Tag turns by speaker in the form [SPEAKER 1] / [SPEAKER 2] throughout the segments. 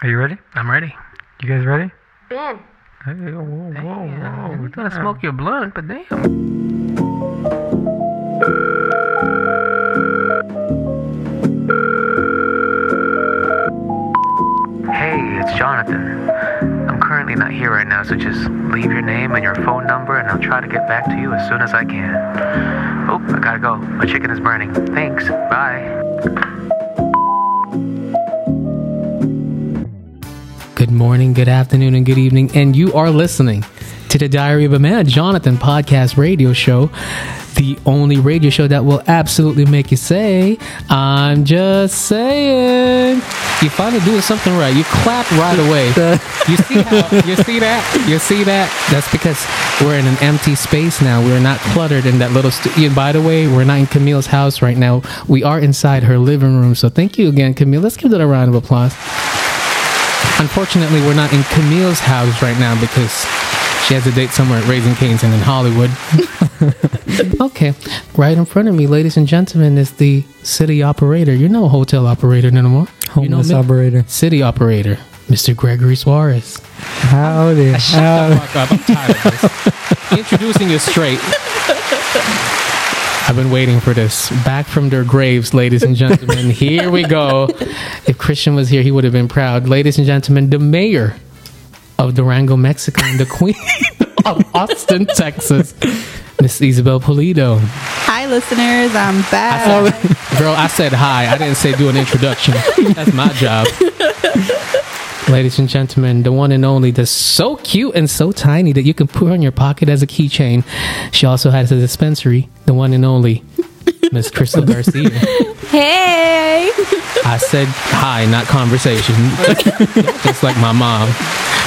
[SPEAKER 1] Are you ready?
[SPEAKER 2] I'm ready.
[SPEAKER 1] You guys ready?
[SPEAKER 3] Ben.
[SPEAKER 1] Hey, whoa, whoa,
[SPEAKER 2] Yeah,
[SPEAKER 1] whoa.
[SPEAKER 2] I'm gonna
[SPEAKER 1] damn.
[SPEAKER 2] smoke your blunt, but damn. Hey, it's Jonathan. I'm currently not here right now, so just leave your name and your phone number, and I'll try to get back to you as soon as I can. Oh, I gotta go. My chicken is burning. Thanks. Bye.
[SPEAKER 4] Good morning, good afternoon, and good evening. And you are listening to the Diary of a Man, Jonathan podcast radio show, the only radio show that will absolutely make you say, I'm just saying. You finally do something right. You clap right away. you see how, you see that? You see that? That's because we're in an empty space now. We're not cluttered in that little studio. By the way, we're not in Camille's house right now. We are inside her living room. So thank you again, Camille. Let's give that a round of applause. Unfortunately, we're not in Camille's house right now because she has a date somewhere at Raising Cane's and in Hollywood. okay, right in front of me, ladies and gentlemen, is the city operator. You're no hotel operator no more. You're no
[SPEAKER 1] Homeless
[SPEAKER 4] mi-
[SPEAKER 1] operator.
[SPEAKER 4] city operator, Mr. Gregory Suarez.
[SPEAKER 1] Howdy. Howdy.
[SPEAKER 4] Fuck up, I'm tired of this. Introducing you straight. I've been waiting for this. Back from their graves, ladies and gentlemen. Here we go. If Christian was here, he would have been proud. Ladies and gentlemen, the mayor of Durango, Mexico, and the queen of Austin, Texas, Miss Isabel Pulido.
[SPEAKER 5] Hi, listeners. I'm back.
[SPEAKER 4] Girl, I said hi. I didn't say do an introduction. That's my job. Ladies and gentlemen, the one and only that's so cute and so tiny that you can put her in your pocket as a keychain. She also has a dispensary, the one and only Miss Crystal Garcia.
[SPEAKER 3] Hey.
[SPEAKER 4] I said hi, not conversation. Just like my mom.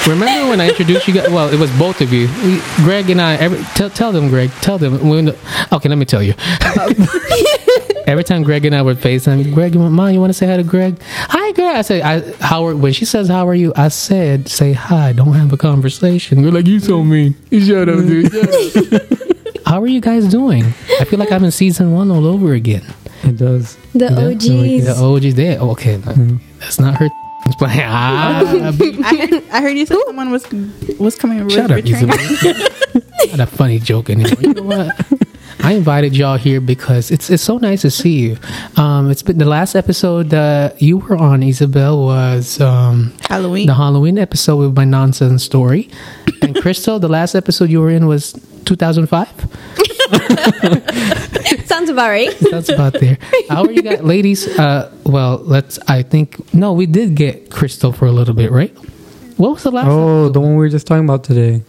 [SPEAKER 4] Remember when I introduced you guys? Well, it was both of you. We, Greg and I. Every, tell, tell them, Greg. Tell them. When, okay, let me tell you. every time Greg and I would FaceTime, Greg, you want- mom, you want to say hi to Greg? Hi, Greg. I said, I, Howard. When she says, How are you? I said, Say hi. Don't have a conversation. You're like, You so mean. You shut up, dude. Shut up." How are you guys doing? I feel like I'm in season one all over again.
[SPEAKER 1] It does.
[SPEAKER 3] The
[SPEAKER 4] Yeah,
[SPEAKER 3] OGs.
[SPEAKER 4] The OGs there. Oh, okay, that- that's not her. It's playing. Ah,
[SPEAKER 5] I, I heard you said someone was was coming.
[SPEAKER 4] shut up,
[SPEAKER 5] returning.
[SPEAKER 4] Isabel. not a funny joke anymore. You know what? I invited y'all here because it's it's so nice to see you. Um, it's been the last episode that you were on, Isabel, was um,
[SPEAKER 5] Halloween.
[SPEAKER 4] the Halloween episode with my nonsense story. And Crystal, the last episode you were in was 2005.
[SPEAKER 3] Sounds about right.
[SPEAKER 4] That's about there. How are you guys, ladies? Uh, well, let's. I think no, we did get Crystal for a little bit, right? What was the last?
[SPEAKER 1] Oh, the one we were just talking about today.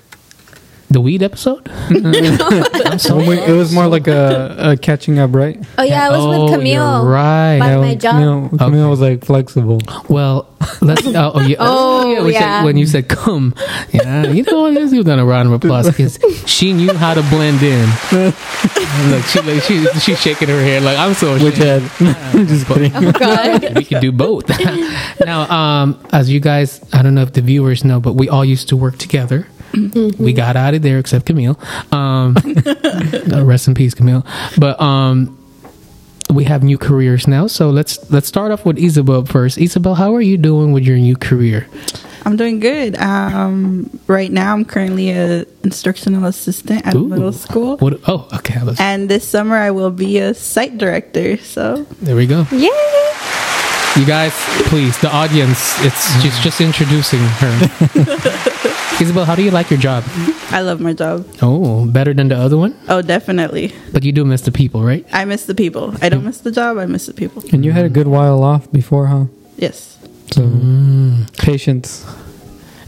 [SPEAKER 4] The weed episode? I'm so
[SPEAKER 1] When we- it was more like a, a catching up, right?
[SPEAKER 3] Oh yeah, I was
[SPEAKER 4] Oh,
[SPEAKER 3] with
[SPEAKER 4] you're
[SPEAKER 3] Camille.
[SPEAKER 4] right.
[SPEAKER 3] By
[SPEAKER 1] Yeah,
[SPEAKER 3] my
[SPEAKER 1] when
[SPEAKER 3] job.
[SPEAKER 1] Camille, Camille was like flexible.
[SPEAKER 4] Well, let's. Oh, oh, yeah.
[SPEAKER 3] Oh,
[SPEAKER 4] we said-
[SPEAKER 3] yeah.
[SPEAKER 4] when you said come, yeah, you know, let's give that a round of applause because she knew how to blend in. Look, she, like, she, she's shaking her hair like I'm so. ashamed.
[SPEAKER 1] Which had just kidding.
[SPEAKER 3] Oh god.
[SPEAKER 4] we can do both. now, um, as you guys, I don't know if the viewers know, but we all used to work together. We got out of there except Camille. Um, uh, rest in peace, Camille. But um, we have new careers now, so let's let's start off with Isabel first. Isabel, how are you doing with your new career?
[SPEAKER 5] I'm doing good. Um, right now, I'm currently a instructional assistant at a
[SPEAKER 4] Ooh.
[SPEAKER 5] middle school,
[SPEAKER 4] What? Oh, okay. let's-
[SPEAKER 5] and this summer I will be a site director. So
[SPEAKER 4] There we go.
[SPEAKER 3] Yay.
[SPEAKER 4] You guys, please, the audience. It's she's just introducing her. Isabel, how do you like your job?
[SPEAKER 5] I love my job.
[SPEAKER 4] Oh, better than the other one,
[SPEAKER 5] Oh, definitely.
[SPEAKER 4] but you do miss the people, right?
[SPEAKER 5] I miss the people. I don't miss the job. I miss the people.
[SPEAKER 1] And you had a good while off before, huh?
[SPEAKER 5] Yes.
[SPEAKER 1] So Mm. patience.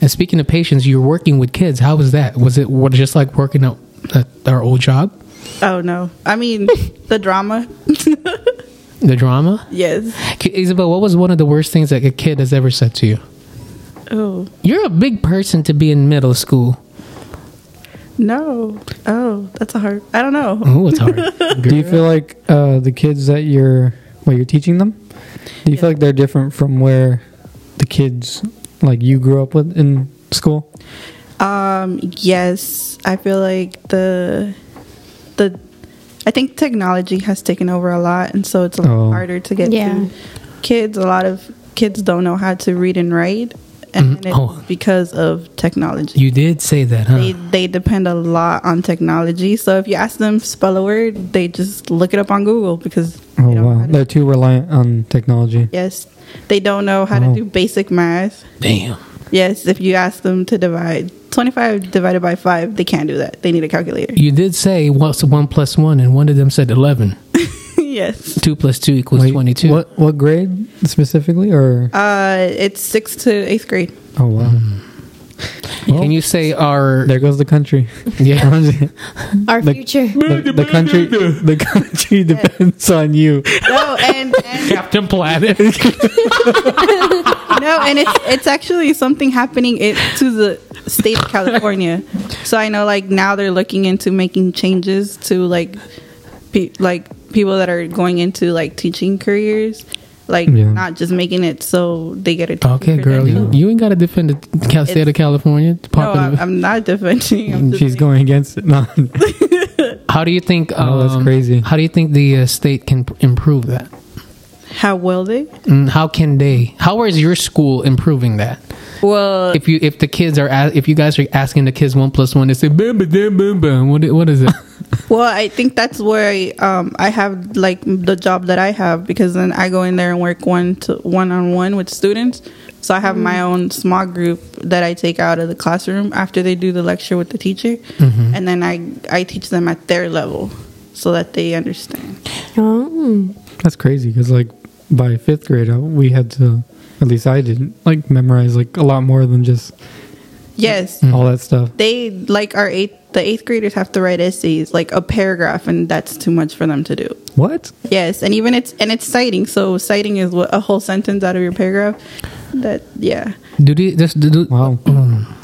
[SPEAKER 4] And speaking of patients, you're working with kids. How was that? Was it what, just like working at, at our old job?
[SPEAKER 5] Oh no. I mean the drama.
[SPEAKER 4] The drama?
[SPEAKER 5] Yes.
[SPEAKER 4] K- Isabel, what was one of the worst things that a kid has ever said to you?
[SPEAKER 5] Oh
[SPEAKER 4] You're a big person to be in middle school.
[SPEAKER 5] no. Oh, that's a hard. I don't know.
[SPEAKER 4] Oh, it's hard.
[SPEAKER 1] Do you feel like uh, the kids that you're what you're teaching them? Do you feel like they're different from where the kids like you grew up with in school?
[SPEAKER 5] Um, yes, I feel like the the I think technology has taken over a lot, and so it's a lot
[SPEAKER 1] Oh.
[SPEAKER 5] harder to get
[SPEAKER 3] Yeah.
[SPEAKER 5] to kids. A lot of kids don't know how to read and write, and
[SPEAKER 1] Mm-hmm.
[SPEAKER 5] it's
[SPEAKER 4] Oh.
[SPEAKER 5] because of technology.
[SPEAKER 4] You did say that, huh?
[SPEAKER 5] they they depend a lot on technology. So if you ask them spell a word, they just look it up on Google because
[SPEAKER 1] Oh
[SPEAKER 5] they don't know
[SPEAKER 1] wow,
[SPEAKER 5] how to-
[SPEAKER 1] they're too reliant on technology.
[SPEAKER 5] yes, they don't know how
[SPEAKER 1] Wow.
[SPEAKER 5] to do basic math.
[SPEAKER 4] Damn.
[SPEAKER 5] Yes, if you ask them to divide 25 divided by 5, they can't do that. They need a calculator.
[SPEAKER 4] You did say what's one plus one, and one of them said eleven.
[SPEAKER 5] yes.
[SPEAKER 4] Two plus two equals
[SPEAKER 1] Wait,
[SPEAKER 4] twenty-two.
[SPEAKER 1] What what grade specifically? Or
[SPEAKER 5] Uh, it's 6th to 8th grade.
[SPEAKER 1] oh wow, Well,
[SPEAKER 4] Can you say our?
[SPEAKER 1] there goes the country.
[SPEAKER 4] Yeah.
[SPEAKER 1] the,
[SPEAKER 3] Our
[SPEAKER 1] Like-
[SPEAKER 3] future.
[SPEAKER 1] the country, the country depends on you.
[SPEAKER 5] No, and, and
[SPEAKER 4] Captain Planet.
[SPEAKER 5] no, and it's it's actually something happening it to the state of California. So I know like now they're looking into making changes to like pe- like people that are going into like teaching careers, like
[SPEAKER 1] Yeah.
[SPEAKER 5] not just making it so they get a teaching
[SPEAKER 4] Okay, girl,
[SPEAKER 5] credential.
[SPEAKER 4] you, you ain't got to defend the Cal- state of California.
[SPEAKER 5] No,
[SPEAKER 4] Popular-
[SPEAKER 5] I'm, I'm not defending. I'm
[SPEAKER 1] And
[SPEAKER 5] just
[SPEAKER 1] she's
[SPEAKER 5] saying-
[SPEAKER 1] going against it. No,
[SPEAKER 4] how do you think? Um,
[SPEAKER 1] Oh, that's crazy.
[SPEAKER 4] How do you think the uh, state can p- improve that?
[SPEAKER 5] How will they?
[SPEAKER 4] Mm, how can they? How is your school improving that?
[SPEAKER 5] Well,
[SPEAKER 4] If you if the kids are a- if you guys are asking the kids one plus one, they say bam bam bam bam bam. What i- what is it?
[SPEAKER 5] well, I think that's where I, um, I have like the job that I have because then I go in there and work one to one on one with students. So I have my own small group that I take out of the classroom after they do the lecture with the teacher, and then I I teach them at their level so that they understand.
[SPEAKER 3] Oh.
[SPEAKER 1] that's crazy because like by fifth grade, I, we had to. At least I didn't like memorize like a lot more than just
[SPEAKER 5] Yes,
[SPEAKER 1] all that stuff.
[SPEAKER 5] they like our eighth the eighth graders have to write essays like a paragraph, and that's too much for them to do.
[SPEAKER 1] What?
[SPEAKER 5] Yes, and even it's and it's citing. So citing is what a whole sentence out of your paragraph. That yeah,
[SPEAKER 4] Do they just do, do-
[SPEAKER 1] Wow.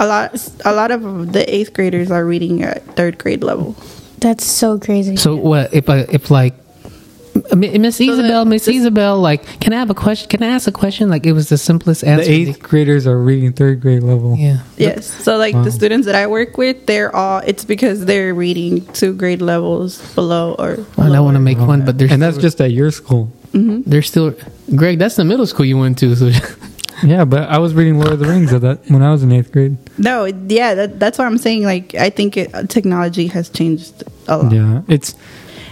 [SPEAKER 5] a lot a lot of the eighth graders are reading at third grade level.
[SPEAKER 3] That's so crazy.
[SPEAKER 4] So what if I if like M- Miss Isabel, Miss Isabel, like, can I have a question? Can I ask a question? Like, it was the simplest answer.
[SPEAKER 1] The eighth graders are reading third grade level.
[SPEAKER 4] Yeah.
[SPEAKER 5] Yes, so like the students that I work with, they're all it's because they're reading two grade levels below or.
[SPEAKER 4] I don't want to
[SPEAKER 5] lower.
[SPEAKER 4] make fun, but they're
[SPEAKER 1] And that's just at your school.
[SPEAKER 4] they're still. Greg, that's the middle school you went to. So
[SPEAKER 1] Yeah, but I was reading Lord of the Rings at that when I was in eighth grade.
[SPEAKER 5] no. Yeah, that, that's what I'm saying. Like I think it, technology has changed a lot,
[SPEAKER 1] Yeah, it's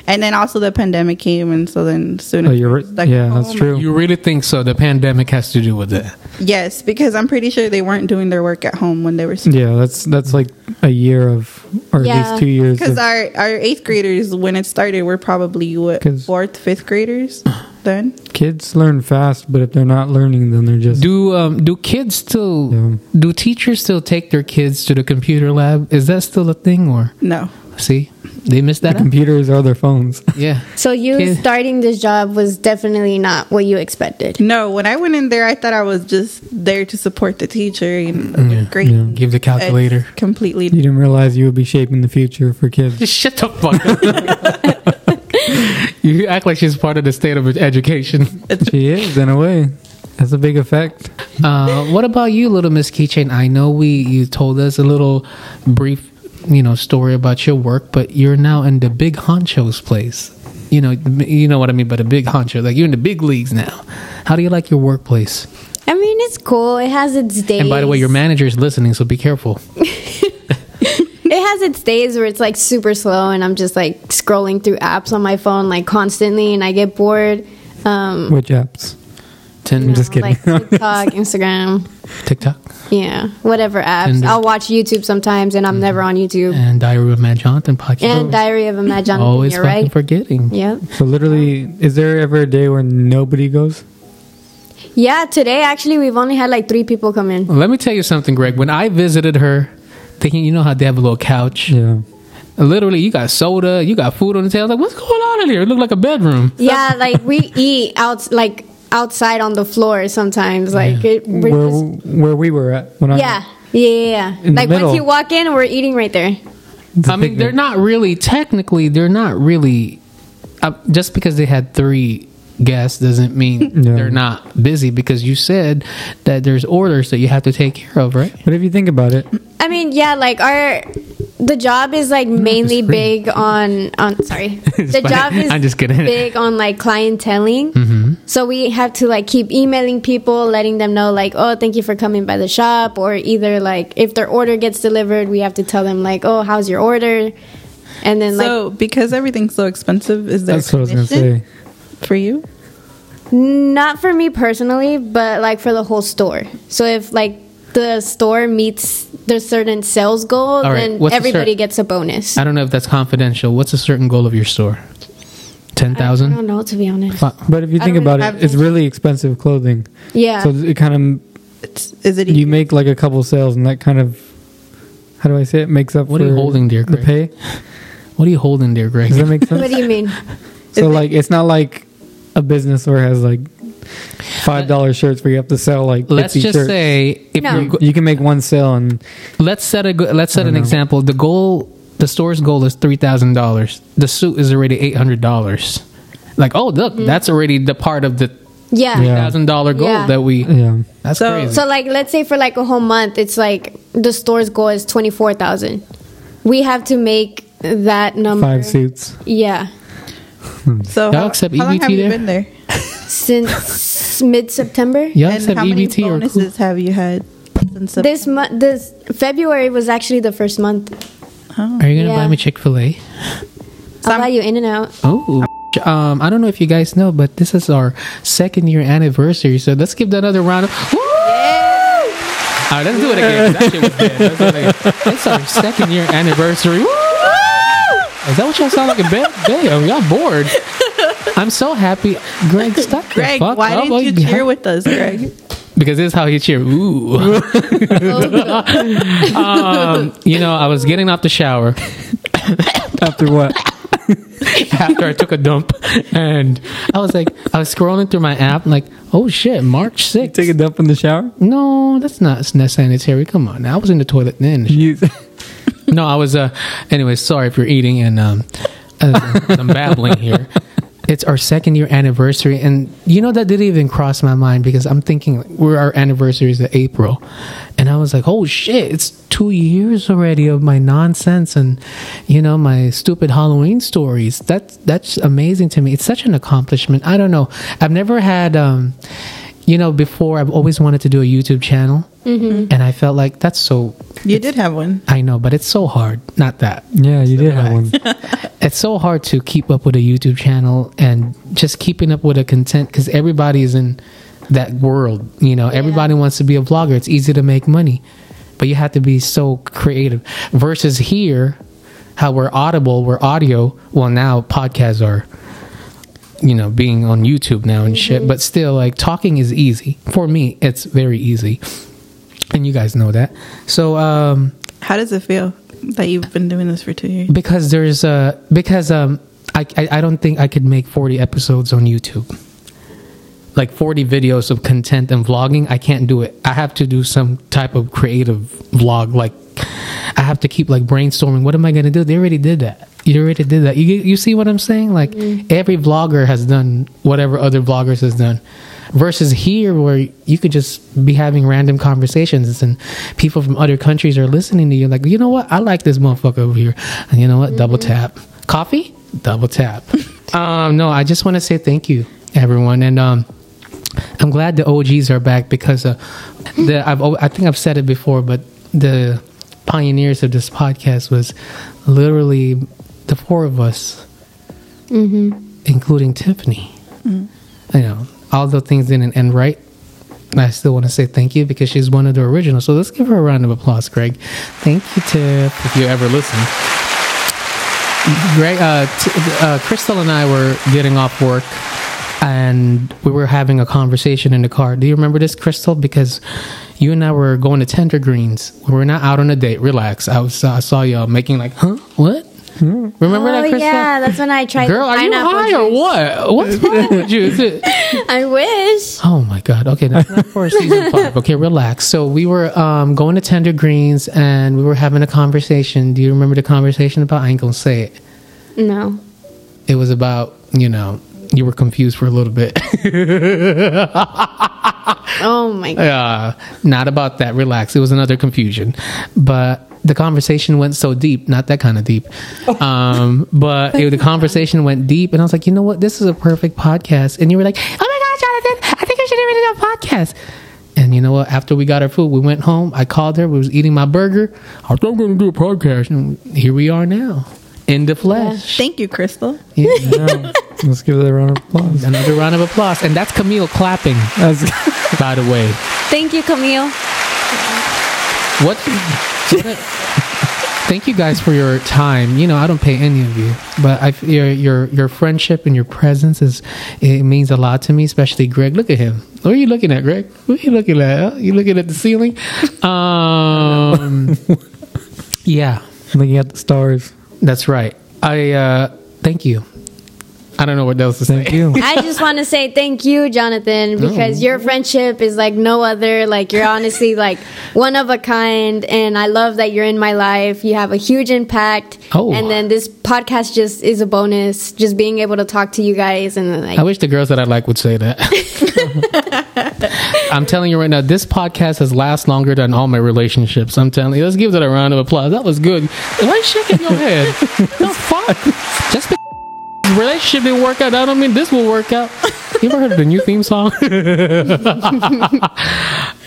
[SPEAKER 5] and then also the pandemic came, and so then students.
[SPEAKER 1] oh, you're
[SPEAKER 5] were
[SPEAKER 1] right.
[SPEAKER 5] stuck at
[SPEAKER 1] yeah, that's
[SPEAKER 5] home.
[SPEAKER 1] true.
[SPEAKER 4] you really think so? The pandemic has to do with that.
[SPEAKER 5] Yes, because I'm pretty sure they weren't doing their work at home when they were.
[SPEAKER 1] Yeah, that's that's like a year of, or at
[SPEAKER 3] Yeah.
[SPEAKER 1] least two years.
[SPEAKER 5] Because
[SPEAKER 1] Of,
[SPEAKER 5] our, our eighth graders, when it started, were probably what
[SPEAKER 1] 'Cause-
[SPEAKER 5] fourth, fifth graders then.
[SPEAKER 1] kids learn fast, but if they're not learning, then they're just
[SPEAKER 4] Do um do kids still
[SPEAKER 1] Yeah.
[SPEAKER 4] do teachers still take their kids to the computer lab? Is that still a thing or
[SPEAKER 5] No,
[SPEAKER 4] see they missed that? up?
[SPEAKER 1] computers are their phones.
[SPEAKER 4] Yeah.
[SPEAKER 3] So you
[SPEAKER 4] Kid-
[SPEAKER 3] starting this job was definitely not what you expected.
[SPEAKER 5] no. When I went in there, I thought I was just there to support the teacher and great.
[SPEAKER 4] Mm-hmm. Give the calculator.
[SPEAKER 5] completely.
[SPEAKER 1] You didn't realize you would be shaping the future for kids.
[SPEAKER 4] Just shut the fuck up. you act like she's part of the state of education.
[SPEAKER 1] she is in a way. That's a big effect.
[SPEAKER 4] Uh, what about you, little Miss Keychain? I know we you told us a little brief, you know, story about your work, but you're now in the big honcho's place. You know, you know what I mean by the big honcho. Like you're in the big leagues now. How do you like your workplace?
[SPEAKER 3] I mean, it's cool. It has its days.
[SPEAKER 4] And by the way, your manager is listening, so be careful.
[SPEAKER 3] It has its days where it's like super slow, and I'm just like scrolling through apps on my phone like constantly, and I get bored. Um,
[SPEAKER 1] Which apps?
[SPEAKER 4] Ten
[SPEAKER 1] just kidding.
[SPEAKER 3] Like TikTok, Instagram,
[SPEAKER 4] TikTok
[SPEAKER 3] yeah, whatever apps.
[SPEAKER 4] And- Mm.
[SPEAKER 3] I'll watch YouTube sometimes, and I'm never on YouTube.
[SPEAKER 4] and Diary of Mad Jonathan podcast.
[SPEAKER 3] And Diary of a Mad Jonathan,
[SPEAKER 4] Always
[SPEAKER 3] you're
[SPEAKER 4] fucking
[SPEAKER 3] right.
[SPEAKER 4] forgetting.
[SPEAKER 3] Yep.
[SPEAKER 1] So literally, is there ever a day where nobody goes?
[SPEAKER 3] Yeah, today actually we've only had like three people come in.
[SPEAKER 4] Let me tell you something, Greg. When I visited her, thinking you know how they have a little couch.
[SPEAKER 1] Yeah.
[SPEAKER 4] Literally, you got soda, you got food on the table. I was like, what's going on in here? It looked like a bedroom.
[SPEAKER 3] Yeah, like we eat out like outside on the floor sometimes. Like it, we're
[SPEAKER 1] Where
[SPEAKER 3] just-
[SPEAKER 1] where we were at when I
[SPEAKER 3] yeah, yeah, yeah. yeah.
[SPEAKER 1] In the
[SPEAKER 3] Like once
[SPEAKER 1] middle.
[SPEAKER 3] you walk in, we're eating right there.
[SPEAKER 4] I mean, they're not really technically. They're not really. Uh, just because they had three guests doesn't mean
[SPEAKER 1] No.
[SPEAKER 4] they're not busy. Because you said that there's orders that you have to take care of, right?
[SPEAKER 1] But if you think about it,
[SPEAKER 3] I mean, yeah, like our the job is like mainly
[SPEAKER 4] free.
[SPEAKER 3] big on on sorry.
[SPEAKER 4] It's
[SPEAKER 3] the
[SPEAKER 4] fine.
[SPEAKER 3] job is
[SPEAKER 4] I'm just kidding. Mm-hmm.
[SPEAKER 3] big on like clienteling. So we have to like keep emailing people, letting them know like, oh, thank you for coming by the shop, or either like if their order gets delivered, we have to tell them like, oh, how's your order, and then
[SPEAKER 5] So, because everything's so expensive, is there
[SPEAKER 1] That's what I was gonna
[SPEAKER 5] commission
[SPEAKER 1] say.
[SPEAKER 5] for you?
[SPEAKER 3] like not for me personally, but like for the whole store. So if like the store meets their certain sales goal,
[SPEAKER 4] All right,
[SPEAKER 3] then
[SPEAKER 4] what's the cer-
[SPEAKER 3] everybody gets a bonus.
[SPEAKER 4] I don't know if that's confidential. What's a certain goal of your store? Ten
[SPEAKER 3] I don't
[SPEAKER 4] thousand.
[SPEAKER 3] know to be honest.
[SPEAKER 1] But if you
[SPEAKER 3] I
[SPEAKER 1] think
[SPEAKER 3] don't
[SPEAKER 1] about
[SPEAKER 3] really
[SPEAKER 1] it,
[SPEAKER 3] have
[SPEAKER 1] it's
[SPEAKER 3] much.
[SPEAKER 1] really expensive clothing.
[SPEAKER 3] Yeah.
[SPEAKER 1] So it kind
[SPEAKER 5] It's, is it
[SPEAKER 1] of you
[SPEAKER 5] even
[SPEAKER 1] make like a couple sales, and that kind of how do I say it makes up
[SPEAKER 4] What
[SPEAKER 1] for
[SPEAKER 4] are you holding, dear
[SPEAKER 1] the
[SPEAKER 4] Greg?
[SPEAKER 1] pay.
[SPEAKER 4] What are you holding there, Greg?
[SPEAKER 1] Does that make sense?
[SPEAKER 3] what do you mean?
[SPEAKER 1] So like, it's not like a business where it has like five dollar shirts where you have to sell like
[SPEAKER 4] Let's
[SPEAKER 1] 50
[SPEAKER 4] just
[SPEAKER 1] shirts.
[SPEAKER 4] say if
[SPEAKER 3] No.
[SPEAKER 4] you're go-
[SPEAKER 1] you can make one sale and
[SPEAKER 4] let's set a go- let's set an example. The goal, the store's goal is three thousand dollars. The suit is already eight hundred dollars. Like, oh look,
[SPEAKER 3] Mm.
[SPEAKER 4] that's already the part of the
[SPEAKER 3] Yeah.
[SPEAKER 1] Yeah.
[SPEAKER 4] thousand dollar goal
[SPEAKER 3] Yeah.
[SPEAKER 4] that we.
[SPEAKER 1] yeah.
[SPEAKER 4] That's
[SPEAKER 5] So-
[SPEAKER 4] crazy.
[SPEAKER 3] So like let's say for like a whole month it's like the store's goal is 24,000. We have to make that number.
[SPEAKER 1] Five suits.
[SPEAKER 3] Yeah.
[SPEAKER 5] so?
[SPEAKER 4] Y'all
[SPEAKER 5] How,
[SPEAKER 4] accept
[SPEAKER 5] how long
[SPEAKER 4] EBT
[SPEAKER 5] have you
[SPEAKER 4] there?
[SPEAKER 5] been there?
[SPEAKER 3] Since mid-September?
[SPEAKER 4] Y'all
[SPEAKER 5] and
[SPEAKER 4] accept
[SPEAKER 5] how many
[SPEAKER 4] EBT E or
[SPEAKER 5] bonuses have you had since Sep-
[SPEAKER 3] This month this February was actually the first month.
[SPEAKER 4] Are you gonna buy
[SPEAKER 3] Yeah.
[SPEAKER 4] me Chick Fil A?
[SPEAKER 3] I'll buy you in and out.
[SPEAKER 4] Oh. Um, I don't know if you guys know, but this is our second year anniversary. So let's give that another round of. Woo! All right, let's do it again. That shit was dead. Let's do it again. It's our second year anniversary. Woo! Is that what y'all sound like in bed? Damn, y'all bored. I'm so happy. Greg, stop. the
[SPEAKER 5] Greg,
[SPEAKER 4] fuck
[SPEAKER 5] why
[SPEAKER 4] up. Oh,
[SPEAKER 5] didn't you
[SPEAKER 4] yeah.
[SPEAKER 5] cheer with us, Greg?
[SPEAKER 4] Because this is how he cheer. Ooh. um, you know, I was getting off the shower.
[SPEAKER 1] After what?
[SPEAKER 4] after I took a dump, and I was like, I was scrolling through my app, like, oh shit, March sixth.
[SPEAKER 1] Take a dump in the shower?
[SPEAKER 4] no, that's not that's not sanitary. Come on, I was in the toilet then.
[SPEAKER 1] You-
[SPEAKER 4] No, I was. Uh, anyway, sorry if you're eating and um, uh, I'm babbling here. It's our second year anniversary, and you know that didn't even cross my mind because I'm thinking like, we're our anniversary is in April, and I was like, oh shit, it's two years already of my nonsense and you know my stupid Halloween stories. That's that's amazing to me. It's such an accomplishment. I don't know. I've never had. Um, you know, before I've always wanted to do a YouTube channel, and I felt like that's so
[SPEAKER 5] You did have one.
[SPEAKER 4] I know, but it's so hard. Not that.
[SPEAKER 1] yeah, you did have one.
[SPEAKER 4] It's so hard to keep up with a YouTube channel and just keeping up with a content because everybody is in that world. You know, everybody wants to be a vlogger. It's easy to make money, but you have to be so creative. Versus here, how we're audible, we're audio. Well, now podcasts are, you know, being on YouTube now and shit. But still, like talking is easy for me. It's very easy, and you guys know that. So, um,
[SPEAKER 5] How does it feel that you've been doing this for two years?
[SPEAKER 4] because there's a because um I, I I don't think I could make 40 episodes on YouTube. Like 40 videos of content and vlogging, I can't do it. I have to do some type of creative vlog like I have to keep like brainstorming what am I going to do? They already did that. You already did that. You you see what I'm saying? Like every vlogger has done whatever other vloggers has done versus here where you could just be having random conversations and people from other countries are listening to you like you know what i like this motherfucker over here and you know what double tap coffee double tap um no i just want to say thank you everyone and um i'm glad the og's are back because uh the i've al- i think i've said it before but the pioneers of this podcast was literally the four of us including tiffany you know, although things didn't end right, I still want to say thank you because she's one of the originals. So let's give her a round of applause, Greg. Thank you, Tiff, if you ever listen. Greg, uh, t- uh, Crystal and I were getting off work and we were having a conversation in the car. Do you remember this, Crystal? Because you and I were going to Tender Greens. We were not out on a date. Relax. I, was, I saw y'all making like, huh? What? Remember
[SPEAKER 3] oh
[SPEAKER 4] that, Crystal?
[SPEAKER 3] yeah, that's when I tried
[SPEAKER 4] Girl,
[SPEAKER 3] the
[SPEAKER 4] are you
[SPEAKER 3] pineapple
[SPEAKER 4] high or
[SPEAKER 3] juice.
[SPEAKER 4] what? What's wrong with you? Is it-
[SPEAKER 3] I wish.
[SPEAKER 4] Oh my God. Okay, that's not for season five. Okay, relax. So we were um, going to Tender Greens and we were having a conversation. Do you remember the conversation about? I ain't gonna say it.
[SPEAKER 3] No.
[SPEAKER 4] It was about you know you were confused for a little bit.
[SPEAKER 3] Oh my god. Oh
[SPEAKER 4] uh, not about that. Relax. It was another confusion, but the conversation went so deep, not that kind of deep, um, but it, the conversation went deep, and I was like, you know what, this is a perfect podcast. And you were like, oh my god, Jonathan, I think I should do really do a podcast. And you know what? After we got our food, we went home. I called her. We was eating my burger. I think I'm going to do a podcast. And here we are now, in the flesh.
[SPEAKER 5] Thank you, Crystal.
[SPEAKER 4] Yeah.
[SPEAKER 1] Yeah. Let's give it a round of applause.
[SPEAKER 4] Another round of applause. And that's Camille clapping,
[SPEAKER 1] That's-
[SPEAKER 4] by the way.
[SPEAKER 3] Thank you, Camille.
[SPEAKER 4] What? so what I- Thank you guys for your time. You know, I don't pay any of you, but I, your your your friendship and your presence is it means a lot to me, especially Greg. Look at him. What are you looking at, Greg? What are you looking at? huh? You looking at the ceiling? Um, yeah,
[SPEAKER 1] looking at the stars.
[SPEAKER 4] that's right. I uh, thank you. I don't know what else to say.
[SPEAKER 1] Thank you.
[SPEAKER 3] I just want to say thank you, Jonathan, because your friendship is like no other. Like you're honestly like one of a kind, and I love that you're in my life. You have a huge impact.
[SPEAKER 4] Oh.
[SPEAKER 3] and then this podcast just is a bonus. Just being able to talk to you guys and like
[SPEAKER 4] I wish the girls that I like would say that. I'm telling you right now, this podcast has lasted longer than all my relationships. I'm telling you, let's give that a round of applause. That was good. Why you shaking your head? the fuck? Just because relationship didn't work out, I don't mean this will work out. You ever heard of the new theme song?